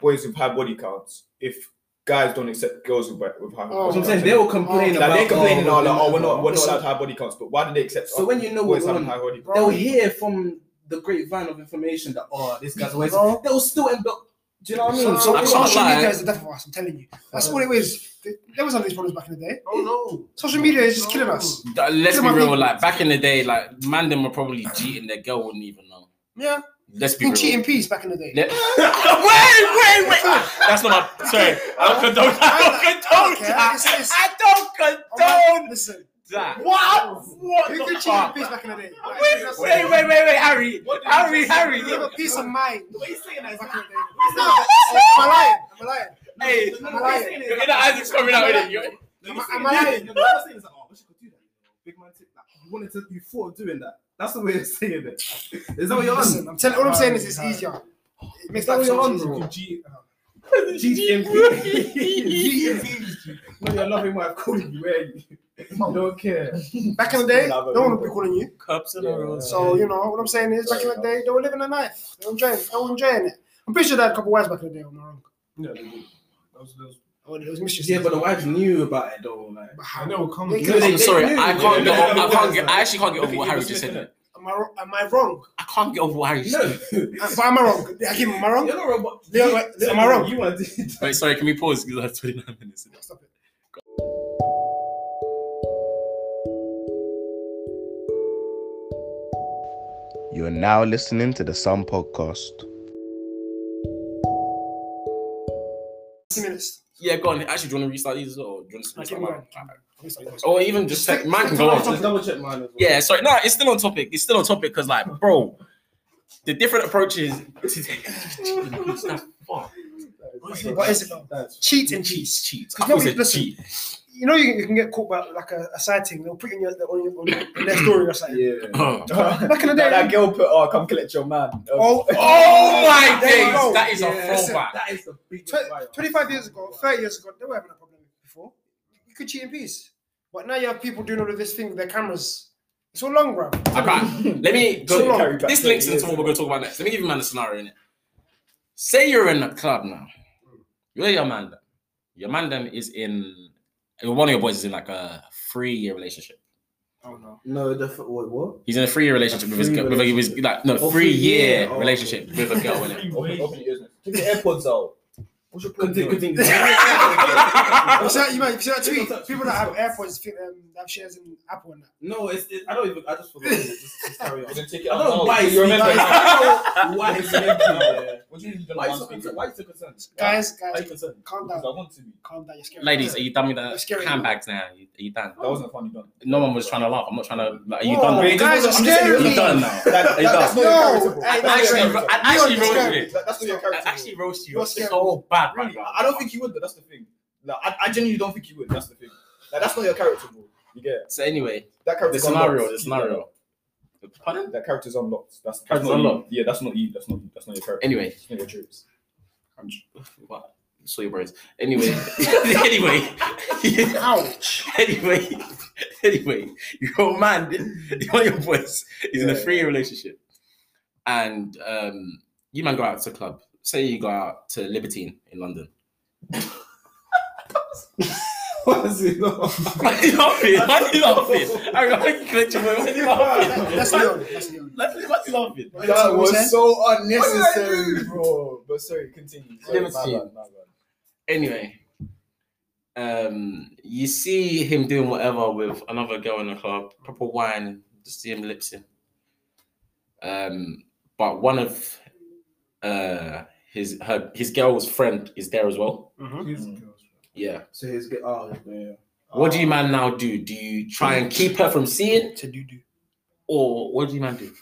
boys with high body counts if guys don't accept girls with, with high Oh. That's body what I'm saying. counts? They will complain Like about. they're complaining, oh, oh, like, oh, we're not, we're not Listen. allowed high body counts, but why do they accept? So us? when you know boys what's having on- high body counts? They'll hear from the grapevine of information that oh, this guy's always. Bro. They'll still end up. Do you know what I mean? So, so, I'm so not social lying. media is the death of us. I'm telling you. That's all it is. There was none of these problems back in the day. Oh Social media is just killing us. Th- Let's Look be at my real. people. Like back in the day, like man, them were probably cheating. Their girl wouldn't even know. Yeah, Let's be you real. can cheat in peace back in the day. Let- wait, wait, wait. That's not my. Sorry, I don't condone. I don't I condone don't care. It's- that. it's- I don't Oh my- condone Listen, that. What? What you the can cheat in fuck? peace back in the day. Like, Wait, that's- wait, wait, wait, wait, Harry, What did you Harry, just say? Harry. You have a peace of mind. What are you saying? Back in the day. No, saying? am I lying? Am I lying? Hey, Am I lying? your inner Isaac's coming out with it. Your- Am I- am I lying? You're not saying it's like, oh, I wish I could do that. Big man, tip that. You wanted to, you thought of doing that. That's the way of saying it. Is that what you're on? Listen, I'm telling. All I'm saying is it's easier. It makes Is life that what you're so on, much bro? easier. No, your loving wife calling you. Where are you? You don't care. Back in the day, Nah, but no one we would be will. calling you. Cups and Yeah. rolls. So you know what I'm saying is back in the day they were living a life. They were enjoying. They were enjoying it. I'm pretty sure they had a couple wives back in the day. Am I wrong? no. Yeah, that was, that was, Oh, it was mischief. Yeah, but the wives knew about it though. Like, I never come. They to- could- I'm sorry, I can't get. Yeah, yeah, I can't yeah. get. I actually can't get over Yeah, what yeah, Harry yeah. just said. Am I ro- am I wrong? I can't get over what Harry just said. no, you're Uh, But am I wrong? I give him. Am I wrong? not robot. Leo, wait, am I wrong? You want to? Wait, sorry, can we pause? Because I have 29 minutes. Stop it. You are now listening to the Sun Podcast. Two minutes. Yeah, go on. Actually, do you want to restart these as well? Or do you want to Like, restart keep going. mine? Keep going. Or even just check. Mine can go on. Double check mine. as well. Yeah, sorry. No, it's still on topic. It's still on topic because, like, bro, the different approaches. to- What is it? though? That's Cheat and Cheats, cheat. cheats. Because I was nobody- a listen. cheat. you know you, you can get caught by like a, a sighting. They'll put you in your, on, your, on your, their story or something. Yeah. Back in the that, that day. girl put, oh, come collect your man. Oh, Oh my There you days! go. That is a Yeah. throwback. That is the biggest Tw- vibe. 25 years ago, 30 years ago, they were having a problem before. You could cheat in peace. But now you have people doing all of this thing with their cameras. It's all long, bro. I can't. Let me go. Too long. carry back This links into what we're going to talk about next. Let me give you man a scenario in it. Say you're in a club now. You're your man. them. Your man them is in. One of your boys is in like a three-year relationship. No, the f- wait, what? He's in a three-year relationship with his girl. With his like no Oh, three-year three-year. Oh. relationship with a girl in it. Open, open your ears. now. Take your AirPods out. What's your problem? Continue, continue. You see that, you, might- you see that tweet? People that have AirPods think um, they have shares in Apple and that. no, it's, it, I don't even. I just forgot. Just, just carry on. You didn't take it I out. don't know oh, now. why it's you remember. legal. now. I don't know why it's legal. What do you mean you don't Why want you to so be concerned? Why you so concerned? Guys, Why you guys, concerned? calm Because down. I want to be. Calm down. You're scaring Ladies, are me. you done with It's the scary. handbags now? Are you, are you done? That wasn't funny done. No one was trying to laugh. I'm not trying to. Like, are you Whoa, done? guys are I'm just saying scaring You're me. done now. That, It does. that's not No, your I- character. bro. I That's not actually, I actually You're your character. wrote scaring it. That- That's not your I character. actually roast you You're so bad right Really, now. I I don't think you would. though, That's the thing. Like, I, I genuinely don't think you would. That's the thing. Like, that's not your character, bro. You get it? So anyway, that character. the scenario, the scenario. Pardon? That character's unlocked. That's, that's Character's not unlocked. You. Yeah, that's not you. That's not you. That's not your character. Anyway, That's not your traits. what? Saw your words. Anyway, anyway, Ouch. anyway, anyway, your man, one of your boys is in a Yeah. three-year relationship, and um, you man go out to a club. Say you go out to Libertine in London. What is it? No. Why are you laughing? Why are you laughing? I remember you clicked your boy. Why are you laughing? That's Leon. That's Leon. Why are you laughing? What was you saying? so unnecessary, bro. Oh, But sorry, continue. Sorry, my bad, anyway, um, you see him doing whatever with another girl in the club, proper wine, just see him lipsing. Um, but one of uh his her his girl's friend is there as well. Yeah. So he's get. Oh, yeah. What do you man now do? Do you try and keep her from seeing, To do do. or what do you man do?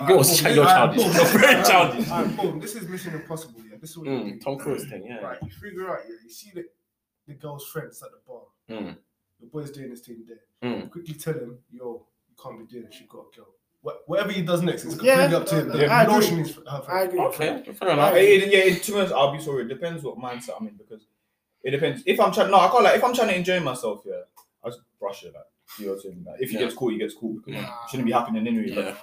Alright, boom, You're, you're alright, childish. boom. You're very childish. Alright, boom. This is Mission Impossible. Yeah, this is what you do. Mm, Tom Cruise thing, yeah. Right, you figure out. Yeah, you see the the girl's friends at the bar. Mm. Your boy's doing this thing there. Mm. You quickly tell him, yo, you can't be doing this. You got a girl. What, whatever he does next, it's Yeah, completely up to him. no, Like, no, I you know agree. she needs her I friend. agree. Okay, fair Yeah, enough. it, yeah, it, to be honest, I'll be sorry. It depends what mindset I'm in because it depends. If I'm trying, no, I can't. Like, if I'm trying to enjoy myself, yeah, I just brush it. Like, you know what I'm saying? Like, if he Yeah. gets cool, he gets cool. Because Yeah. it shouldn't be happening anyway. but Yeah.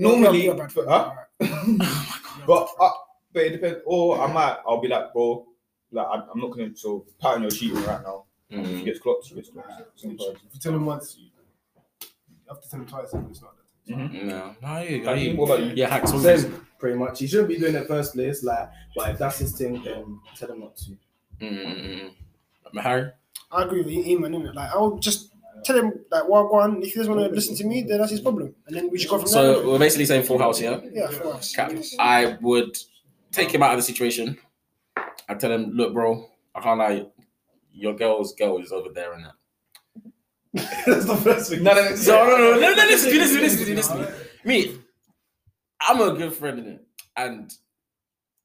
normally, You're a bad but, friend. huh? but, uh, but it depends. Or I might, I'll be like, bro, like I, I'm not gonna so pat on your cheek right now. If he Mm. gets clocked, he gets clocked. Simple as- If you tell him once, you you have to tell him twice. And it's not that. No, no, are you, I are mean, you? what about you? Yeah, hacks. what was it? Same, pretty much. He shouldn't be doing it first place. Like, but if that's his thing, then tell him not to. Mm-mm-mm. Harry? I agree with Eamon, innit? Like, I'll just tell him, like, well, go on. If he doesn't want to listen to me, then that's his problem. And then we should go from So we're basically saying full house, yeah? there. Yeah, of course. Cap- I would take him out of the situation. I tell him, look, bro, I can't lie. Your girl's girl is over there and that. that's the first thing. No, no, no, So no, no, no, no, no, listen, to me, listen, to me, listen, to me, listen. to Me, Me, I'm a good friend in it, and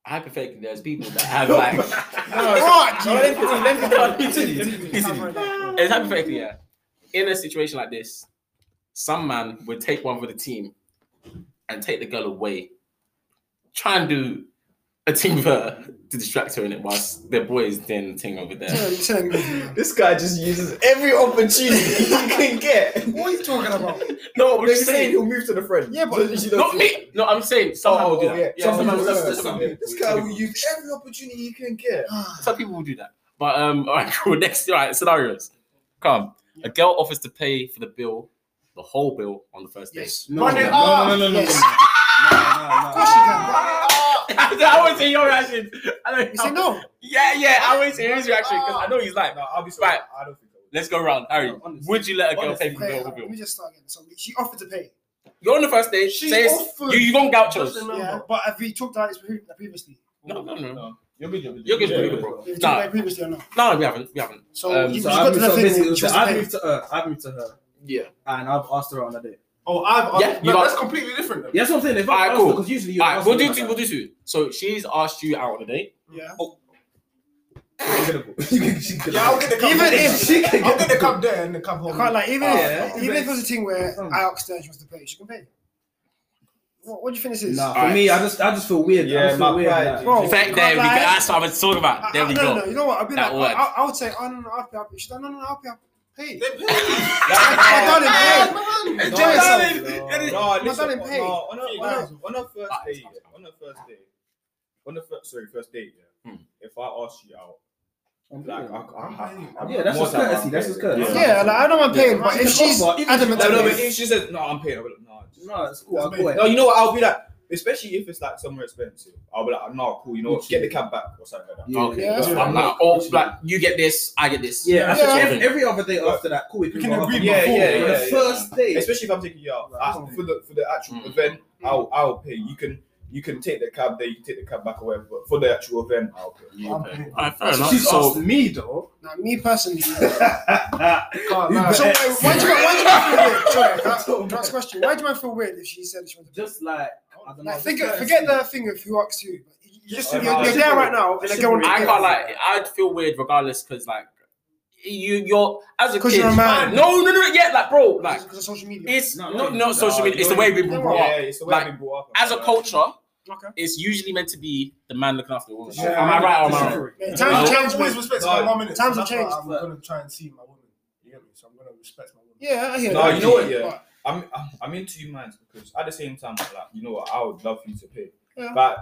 hypothetically, there's people that have like, Fuck you. let me continue, let me continue, let me continue, Can't continue. find that. It's hypothetically, yeah. In a situation like this, some man would take one for the team and take the girl away, try and do a team with her to distract her in it whilst their boy is doing the thing over there. Tell him- tell him. This guy just uses every opportunity he can get. What are you talking about? No, I'm They're just saying saying. he'll move to the friend. Yeah, but- you Not me. No, I'm saying some man Oh, will do oh, that. yeah. Yeah, some man will- Some some- people- some- This guy will use every opportunity he can get. Some people will do that. But um, all right, cool. Next, all right, scenarios. Come, a girl offers to pay for the bill, the whole bill on the first date. Yes. No, no, Run it no, no, no, no, no, no, no, no, no, Yes. Of course you no, can. bro. I always hear your reaction. I You don't say no. Yeah, yeah. I always hear his reaction because I know he's like, No, I'll be Right. I don't think I let's go round. Harry, No, honestly. would you let a girl pay for the Okay, bill? let me just start again. So she offered to pay. You're on the first date. She says you you gone gauchos. Just Yeah, but have we talked about this pre- previously? No, no, would. no. No. You're good, you're good. You're good, Yeah, you're yeah, good, bro. Have we talked Nah. about it previously or not? No, we haven't. We haven't. So Um, you So just got I to moved, the so thing. basically, it was she was like, I to pay. moved to her. I moved to her, Yeah. and I've asked her on a date. Oh, I've. Yeah, I've you no, got- that's completely different. Then. Yeah, that's what I'm saying. If I Alright, asked cool. her, because usually you All right, ask we'll her do like two. that. We'll do two. So she's asked you out on a date. Yeah. Yeah, I'll get the cup. Even there. if she can I'll get the cup there and the cup home. I can't like even Oh, Ah, if, yeah. even if it was a thing where Alex Sturridge was to play, she can play. What, what do you think this is? Nah, for me, I just I just feel weird. I Yeah, just feel my weird. pride, like- yeah. Bro, In fact, can't there we go. lie. That's what I was talking I- I- about. There we no, go. No, no, you know what? I'd be That like, worked. I, I would say, oh no, no, I'll be happy. She's like, no, no, no, I'll be happy. Hey, Ah, I man. No, Enjoy yourself. no, no, Not done in listen, pay. no, on a- Yeah, on no. a- on a first day, yeah, on a first day, on the first sorry first date, yeah. Hmm. If I ask you out, like I, I, I, I Yeah, that's more just than I'm courtesy, that's paying. just courtesy. don't yeah, like, I don't mind paying, but if she's But even if adamant No, to no, but pay, if she says no, I'm paying. I'll be like, no, just- No, it's cool. I'll It's go made. Oh, ahead. no. You know what? I'll be like, especially if it's like somewhere expensive, I'll be like, no, cool. You know, what? get the cab back or something like that. Yeah. Okay. Yeah, that's I'm fine. like, oh, like you get this, I get this. Yeah, I That's what think you're every, doing. every other day after that, cool. We can, can go agree up. Yeah, Cool. yeah, But yeah, the yeah. first day. Especially if I'm taking you out Right. I- for the for the actual Mm. event, I'll I'll pay. You can you can take the cab there, you can take the cab back away, but for the actual event, I'll pay. Yeah, I'm okay. paying. Alright, fair enough. She's So, asked me though. nah, me personally. so Can't lie. You why bet. do you why do you feel weird? Sorry, that- That's a question. Why do you feel weird if she said she wanted to? Just like I don't know. Like, think, just forget the thing of who asks you. You just Yeah, you're, nah, you're it's there simple. right now, and It's I go on. simple. I can't like. I'd feel weird regardless because like you, you're as a 'Cause kid. you're a man. No, no, no. Yeah, like bro, like because of social media. it's No, not no, not no, social media. It's the way we've been no, brought Yeah, up. it's the way Like, we've been brought up. As a culture, Okay. it's usually meant to be the man looking after the woman. Yeah, am I right or am I disagree. wrong? Yeah, times Times have No. have changed. changed. Always man. respect No, my woman. innit? times have That's why changed, I'm but- gonna try and see my woman. You get me? So I'm gonna respect my woman. Yeah, I hear No, that. you know what, yeah. But- I'm I'm- I'm in two minds because at the same time, I'm like you know what, I would love for you to pay, Yeah. but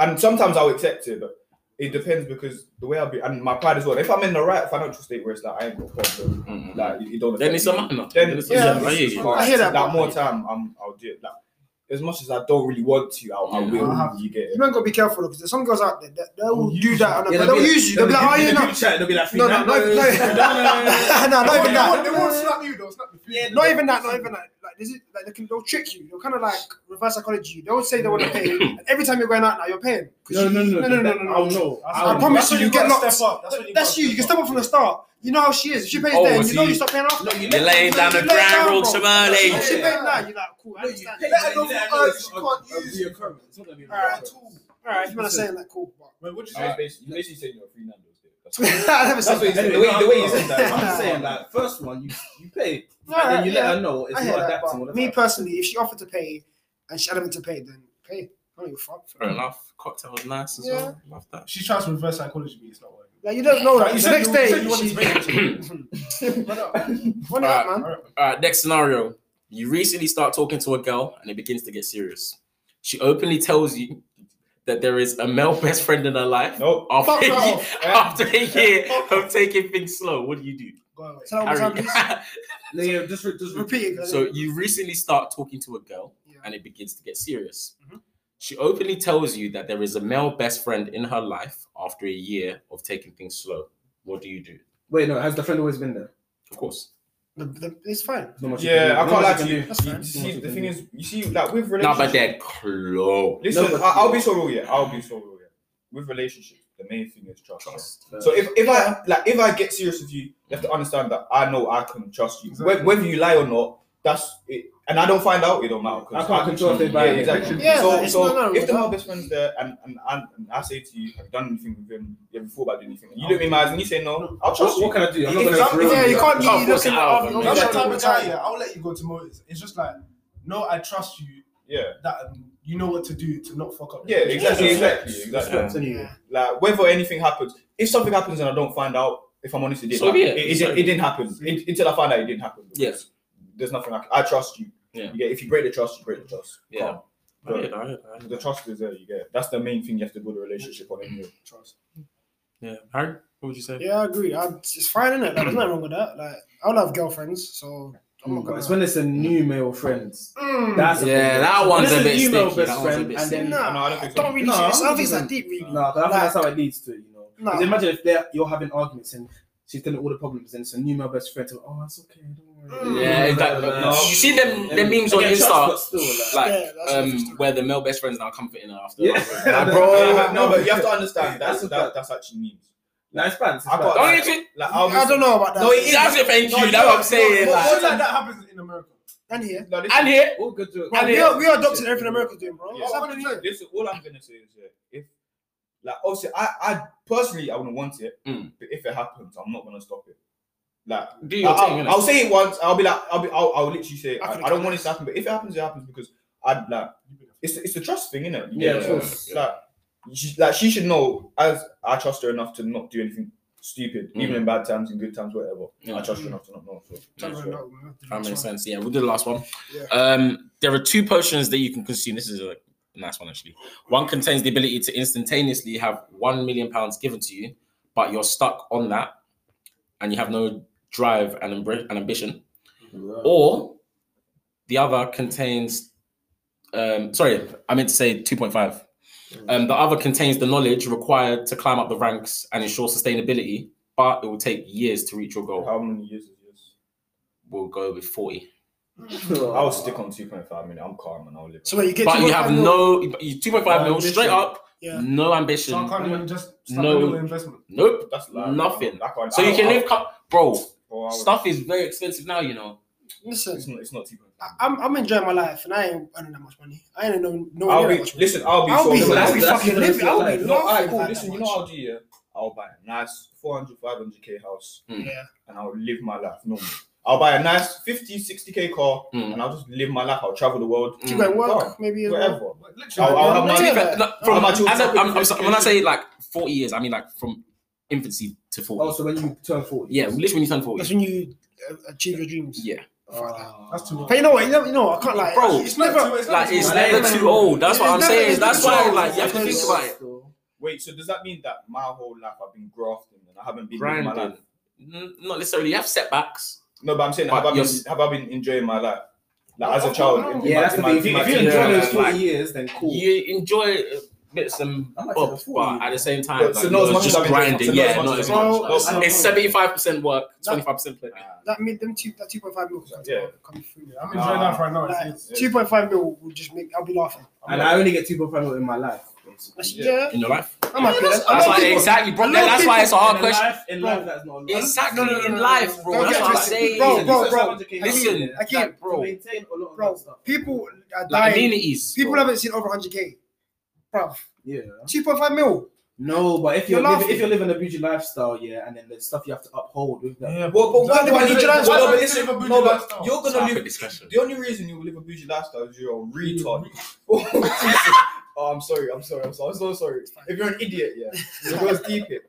and sometimes I'll accept it, but it depends because the way I'll be and my pride as well. If I'm in the right financial state where it's like I ain't got a problem, Mm. like you don't. Then affect it's me. a man. Then Then it's yeah, a man. fine. I hear that, Like but- more time, I'm, I'll do it. Like as much as I don't really want to, I'll, I Yeah. will. I have- You get You it. man gotta be careful because there's some girls out there that they will Use do that and Yeah, but they'll be like- use you. They'll be like, oh in yeah, the no, group chat, They'll be like, no, no, no, "Fernando." no, no, not even They won't- They won't that. slap you. They'll slap you. Yeah, Not even that. Not even that. Like this is like they can they'll trick you. They'll kind of like reverse psychology. you. They'll say they want to pay. and Every time you're going out now, you're paying. 'Cause No, you- no, Oh, no, no, no, no, that- no, I'll no. know. That's I'll I when- know. promise that's you, when you get gotta knocked. Step up. That's, when you That's gotta you. You can step up from the start. You know how she is. If she pays Oh, there, you so know you- you stop paying after. No, you You're let laying No, down you the let it ground down, rules, bro. Shamali. Yeah. If she pays now, you're like, cool. I No, you understand. let All her know Yeah. for us, Yeah. she can't use Yeah. it. It's not gonna be a Alright. recurrence. right, if you're not saying that, cool. but- Wait, what'd you So it's say? basically, you're basically saying you're free Nando's there. That's what I never said That's what that. he said. The Anyway, way the way no, you said that. I'm just saying, like, first one, you you pay, and Alright, then you yeah. let her know it's I hear not that, adapting. but me personally, if she offered to pay and she adamant to pay, then pay. I don't give a fuck. Fair enough. Cocktail was nice as Yeah. well. Love that. She tries to reverse psychology me. It's not working. Like you don't know that. Like, the next you day, said you she, wanted to pay. What up? what Alright. up, man? All right, next scenario. You recently start talking to a girl and it begins to get serious. She openly tells you that there is a male best friend in her life. Nope. After, Fuck a that ye- off. after a year of taking things slow, what do you do? Go away. Say that one more time, Harry. please. No, yeah, just re- just repeat. Repeat it. 'cause I so didn't- you recently start talking to a girl Yeah. and it begins to get serious. Mhm. She openly tells you that there is a male best friend in her life after a year of taking things slow. What do you do? Wait, no, has the friend always been there? Of course. The- the- it's fine. Not much you can Yeah, do. I Not can't much lie to can you. do. That's You fine. see, the thing is, you see, like with relationships. No, but they're close. Listen, No, but- I, I'll be so real. Yeah, I'll be so real. Yeah. With relationships, the main thing is trust. yeah. Trust. uh, So if, if I like if I get serious with you, you have to understand that I know I can trust you. Whe- Exactly. Whether you lie or not, that's it. And I don't find out, it don't matter. 'cause I can't control if they buy yeah, it. exactly. Yeah, so, it's so not- no, if the no. male best friend's there and, and, and, and I say to you, have you done anything with him? You ever thought about doing anything? You look me in my eyes and you say no, I'll trust What, you. what can I do? I'm not If gonna. that- throw yeah, it. you can't. Oh, You of look course, in the it's out oven. of them, You I'm yeah. that don't type know of guy. Yeah, I'll let you go to motives. It's just like, no, I trust you. yeah. That um, you know what to do to not fuck up. Yeah, exactly, Yeah. exactly, exactly. Yeah. Anyway. Like whether anything happens, if something happens and I don't find out, if I'm honest, it didn't. So happen. be it. It, it didn't- it didn't happen It- until I find out it didn't happen. Yeah. There's nothing I, can, I trust you. Yeah. You get if you break the trust, you break the trust. Yeah. Calm. I hear that, I hear that, I hear The that. trust is there. You get. That's the main thing you have to build a relationship on. Anyway. Trust. Yeah. Harry, what would you say? Yeah, I agree. I, it's fine, innit? Like, there's nothing wrong with that. Like, I don't have girlfriends, so I'm not Mm, but gonna. it's when it's a new male friend. Mm. That's a Yeah, problem. that When one's it's a bit new male sticky, best that one's a friend, bit and then Nah, No, I don't think so. don't really No, see I this. I don't don't think it's that think deep, really. No, but I think Like- that's how it leads to it, you know. Nah. Because imagine if they're, you're having arguments and she's telling all the problems, and it's a new male best friend. To, oh, it's okay, Mm. don't worry. Yeah, Blah, exactly. blah, You blah. see them the memes on Again, trust, Insta, but still, like- like Yeah, that's um, interesting. where the male best friends now comforting her after. Yeah. Like, Yeah, bro, but- no, but you have to understand That's that's a that, that's actually memes. Nah, it's bad. It's I bad. got- don't you think? Like I'll be- I don't know about that. No, it is. That's it, thank No, you. That's what I'm saying. What, Like, what like that happens in America? And here, No, this and is- here, All "Oh, good. to- And we it- are we are adopting everything America's doing, bro. Yeah. What's happening here? This, all I'm gonna say is yeah, if Like obviously, I, I personally I wouldn't want it, Mm. but if it happens, I'm not gonna stop it. Like Do I, your thing, I'll, innit? I'll say it once. I'll be like, I'll be, I'll, I'll literally say, I I, can I don't want it to happen. But if it happens, it happens because I like it's it's a trust thing, innit? Yeah, of course. It's Like, she, like she should know as I trust her enough to not do anything stupid, even in bad times, in good times, whatever. I Yeah. trust her enough to not know. So. Don't really know, man. That makes sense. Yeah, we'll do the last one. Yeah. Um, there are two potions that you can consume. This is a nice one actually. One contains the ability to instantaneously have one million pounds given to you, but you're stuck on that, and you have no drive and, ambri- and ambition. Or the other contains, um, sorry, I meant to say two point five. Um, the other contains the knowledge required to climb up the ranks and ensure sustainability, but it will take years to reach your goal. How many years is this? We'll go with forty. I'll stick on two point five minute. I'm calm and I'll live. So wait, you get But you have 2.5 mil. Uh, no, you 2.5 mil ambition. straight up, Yeah. no ambition. So I can't even just stop No. no investment. Nope. That's like Nothing. I can't, So I you can I- live, com- bro. oh, I would- Stuff is very expensive now, you know. Listen, It's Mm. not. It's not two point I- I'm I'm enjoying my life, and I ain't earning that much money. I ain't no no I'll one be much money. listen. I'll be. I'll so be- no, I'll that's- be that's fucking the living, I'll life. be No, alright, laughing cool. at that Listen, you know much. what I'll do here. I'll buy a nice 400, 500 k house Yeah. and I'll live my life normal. I'll buy a nice 50, 60 k car Mm. and I'll just live my life. I'll travel the world, Keep going work, Go. maybe as well. whatever. But I'll, literally, I'll have Yeah, my. yeah. No, from, How much you as a, want? I'm, I'm, so- when I say like 40 years, I mean like from infancy to 40. Oh, so when you turn 40. yeah, literally when you turn That's 40. when you uh, achieve your dreams. Yeah. Ah, that's too But you know what? You know, you know what? I can't lie. Bro, it's never. it's Like, it's It's never never too old. That's what it's I'm never- saying. it's That's never why, too like, old. you have to think It's about it. Wait, so does that mean that my whole life I've been grafting and I haven't been living my life? Grinding. N- Not necessarily. You have setbacks. No, but I'm saying, But have I, been, you're s- have I been enjoying my life? Like, as No, a child, no. in- in Yeah, my- that's in the my thing. If you teenage if you years, enjoy Yeah, those like, 40 years, then cool. You enjoy uh, bits and How much is bobs, it? 40? but at the same time, But- like, so not as you're much as just I've been doing- grinding. so not as yeah, much not as as I've been much. doing. Bro, No, I- It's seventy-five percent work, twenty-five percent play. That made them two. That two point five mil. Yeah. Come through. I'm enjoying Nah. life right now. Like, It's, it's, two point five mil will just make. I'll be laughing. And I only get 2.5 million in my life. basically. That's, Yeah. yeah. in your life. I'm happy. with that. I That's know why people- exactly, bro. I know That's why it's a hard in question. Life, in life, that's not a lot. Exactly No, no, no, no, in no, life, bro. Don't That's get what I'm twisted. saying. Bro, bro, bro. Listen, I can't- bro. Maintain a lot of Bro, that stuff. people are Like dying. amenities. People bro. haven't seen over hundred k. Bruv, Yeah. two point five mil. No, but if you're, You're living, laughing. if you're living a bougie lifestyle, yeah, and then the stuff you have to uphold with that. yeah, but Well, but why Exactly, do but you I live why just- do I why listen- live a bougie no, but lifestyle? You're gonna Topic live. discussion. The only reason you live a bougie lifestyle is you're a retard. oh, I'm sorry. I'm sorry. I'm sorry. I'm so sorry. If you're an idiot, yeah, you're gonna deep it.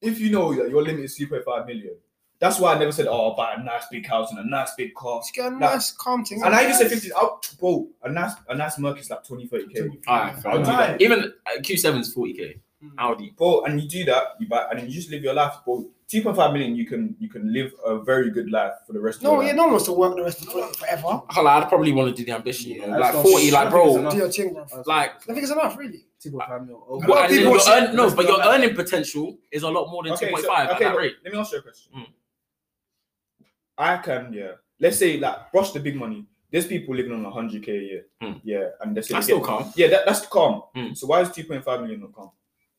If you know that your limit is 3.5 million, that's why I never said, "Oh, I'll buy a nice big house and a nice big car." Just get a Nah. nice calm thing. And I even said 50. Oh, bro, a nice, a nice Merc is like 20, 30 k. Alright, fair, I'll do Alright. that. Even Q7 is forty k. Hmm. Audi. Bro, and you do that, you buy, and then you just live your life. Bro, 2.5 million, you can, you can live a very good life for the rest No, of yeah, your life. no one wants to work the rest of the forever. Hold on, I'd probably want to do the ambition. You Yeah, know, that's like not- forty, like bro, Enough. Do your thing, bruv. like. I think it's enough, really. 2.5 million. A lot Well, of and then people your say- earn, no, but your earning potential is a lot more than two point five so- at that but rate. Let me ask you a question. Mm. I can, yeah. Let's say like brush the big money. There's people living on 100k a year, Mm. yeah, and they say That's they still get- calm. Yeah, that, that's calm. Mm. So why is 2.5 million not calm?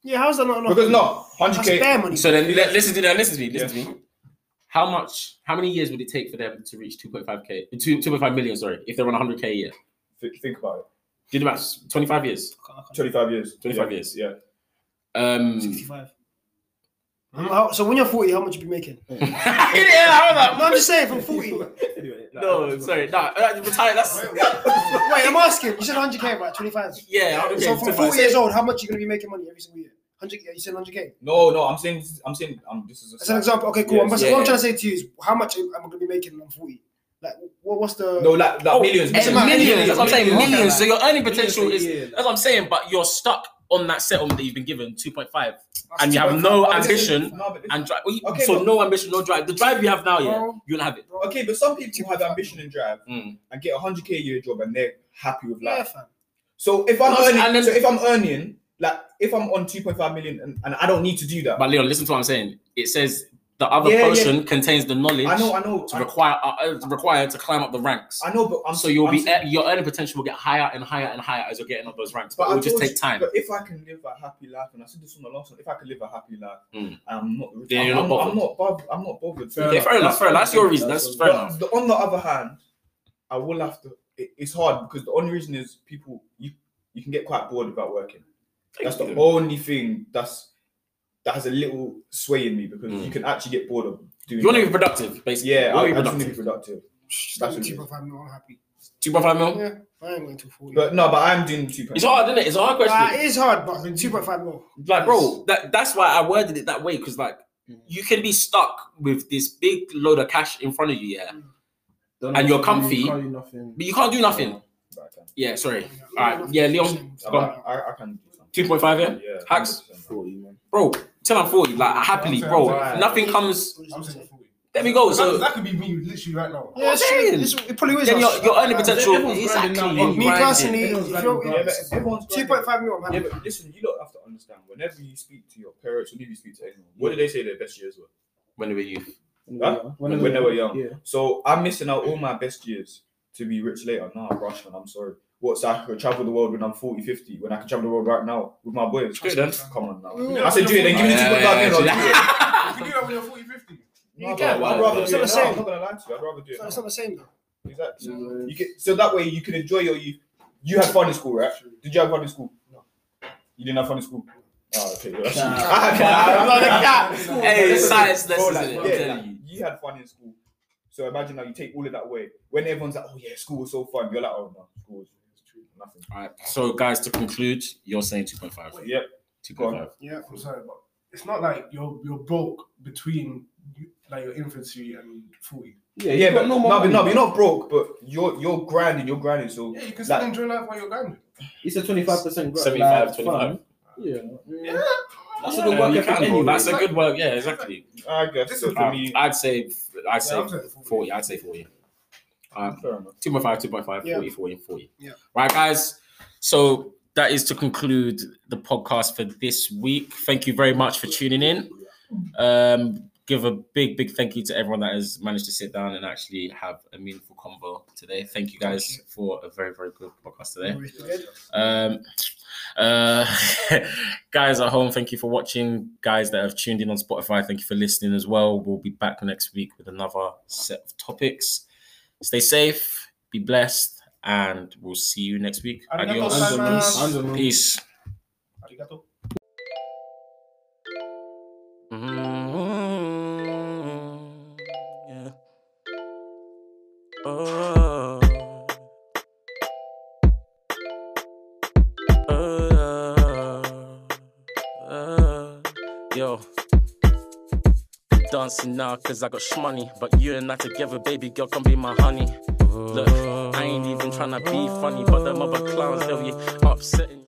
Yeah, how's that not enough? Because no, That's 100k. bare money. So then, li- listen to me. Listen to me. Listen to me. How much? How many years would it take for them to reach 2.5k? 2, 2.5 million. Sorry, if they're on 100k a year. Th- think about Do the maths. 25 years. it. 25 years. 25 yeah. years. Yeah. Um. 65. How- So when you're 40, how much you be making? yeah, how about- No, I'm just saying, from 40. Wait, anyway, nah, No, that's- sorry, no, nah, retire. That's I'm asking. You said 100k, right? 25. yeah. Okay, so from 40 years old, how much you going to be making money every single year? 100, yeah, you said 100k. No, no, I'm saying, this is- I'm saying, um, this is. A As an example, okay, cool. Yeah, I'm, what yeah, I'm yeah. trying to say to you is, how much am I going to be making when I'm 40? Like, what, what's the. No, like, like Oh, millions. it's Hey, millions. man, millions. That's what I'm saying. millions. Millions. So your earning Millions potential a is. year. That's what I'm saying. But you're stuck on that settlement that you've been given, 2.5, that's and you have 2.5. no But listen, ambition No, but and drive. well, you- Okay, so but- no ambition, no drive. The drive you have now, yeah, Bro. you don't have it. okay, but some people have ambition and drive Mm. and get a 100k a year job and they're happy with life. Yeah, fam. So if I'm Because- earning, and then- so if I'm earning, like if I'm on 2.5 million and, and I don't need to do that. But Leon, listen to what I'm saying. It says the other Yeah, yeah. potion contains the knowledge I know, I know, to I know, require uh, uh, required to climb up the ranks. I know, but I'm so you'll I'm be saying- e- your earning potential will get higher and higher and higher as you're getting up those ranks. But, it I will just told take you, time. But if I can live a happy life, and I said this on the last one, if I can live a happy life, Mm. I'm not. Then I'm, you're not I'm, bothered. I'm not bothered. I'm not bothered. Fair Okay, enough. fair enough. Fair enough. That's your reason. That's That's fair But enough. the- on the other hand, I will have to. It, it's hard because the only reason is people you you can get quite bored about working. That's the only thing that's that has a little sway in me because you can actually get bored of Hmm. doing. You want to be that. productive, basically. yeah, you I, want I to be just want to be productive. productive. Stop That's with what it two is. point five mil. I'm happy. Two point five mil. Yeah, I ain't going to forty. But no, but I'm doing two. It's hard, isn't it? It's a hard question. Uh, it is hard, but two point five mil. like bro that that's why i worded it that way because like you can be stuck with this big load of cash in front of you yeah Don't And know, you're comfy. you can't do nothing. but you can't do nothing But I can. yeah sorry Yeah, Alright, yeah, Leon. I, I, I can do something. 2.5 yeah Yeah, Hacks. 100%. 40, man. bro till i'm 40 like happily bro nothing comes I'm saying 40. there we go so that, that could be me literally right now. Yeah, it's true. saying. It's- it probably is. then us. your, your earning potential Everyone's grinding now, exactly bro. Me personally, if Everyone's you're grinding Yeah, but everyone's two point five mil, I'm Yeah, happy. but listen, you don't have to understand. Whenever you speak to your parents, whenever you speak to anyone, what do they say their best years were? when were you Huh? When When they were young. Yeah. So I'm missing out all my best years to be rich later. Nah, rush man, I'm sorry. What's I could travel the world when I'm 40, 50, when I can travel the world right now with my boys? Do it then. Come on now. Mm. Yeah. I said, do it then. Give me Yeah, yeah, two yeah, yeah, You can do that when you're 40, 50. yeah, can, I'd rather it's do it not the now. I'm same. not gonna lie to you. I'd rather do it. It's not, it's now. not the same though. Exactly. Yeah. You can, so that way you can enjoy your youth. You had fun in school, right? Did you have fun in school? No. You didn't have fun in school. Oh, okay. well, that's- Nah. I had fun. I'm not a cat. School, Hey, bro, science bro, lessons, like, innit? I'm yeah, telling like, you. you had fun in school. So imagine now you take all of that away. When everyone's like, "Oh yeah, school was so fun," you're like, "Oh no, school was nothing." all right so guys to conclude you're saying 2.5 Yep. go on. 2.5 Yeah, I'm sorry, but it's not like you're you're broke between you- like your infancy and 40. Yeah, Yeah, you but got no, more no, but money. no, but you're not broke, but you're you're grinding, you're grinding. So Yeah, you can still like, enjoy life while you're grinding. It's a 25% growth. 75, like, 25. fun. Yeah. Yeah, That's Yeah, a good work you ethic can, bro. anyway. that's a good work yeah exactly I guess This is- for me, i'd say i'd say Yeah, I'm saying 40. 40 i'd say 40 um, fair enough. 2.5, 2.5, Yeah. 40, 40, 40. Yeah. Right, guys. So that is to conclude the podcast for this week. Thank you very much for tuning in. Um, give a big, big thank you to everyone that has managed to sit down and actually have a meaningful convo today. Thank you guys for a very, very good podcast today. Um, uh, guys at home, thank you for watching. Guys that have tuned in on Spotify, thank you for listening as well. We'll be back next week with another set of topics. Stay safe, be blessed, and we'll see you next week. Arigato Adios. gozaimasu. Anderman. Peace. Arigato. Mm-hmm. Mm, yeah. Oh. Uh. Oh. Oh. Yo. Dancing now, cause I got shmoney. But you and I together, baby girl, can be my honey. Look, I ain't even tryna be funny, but them other clowns, they'll be upsetting.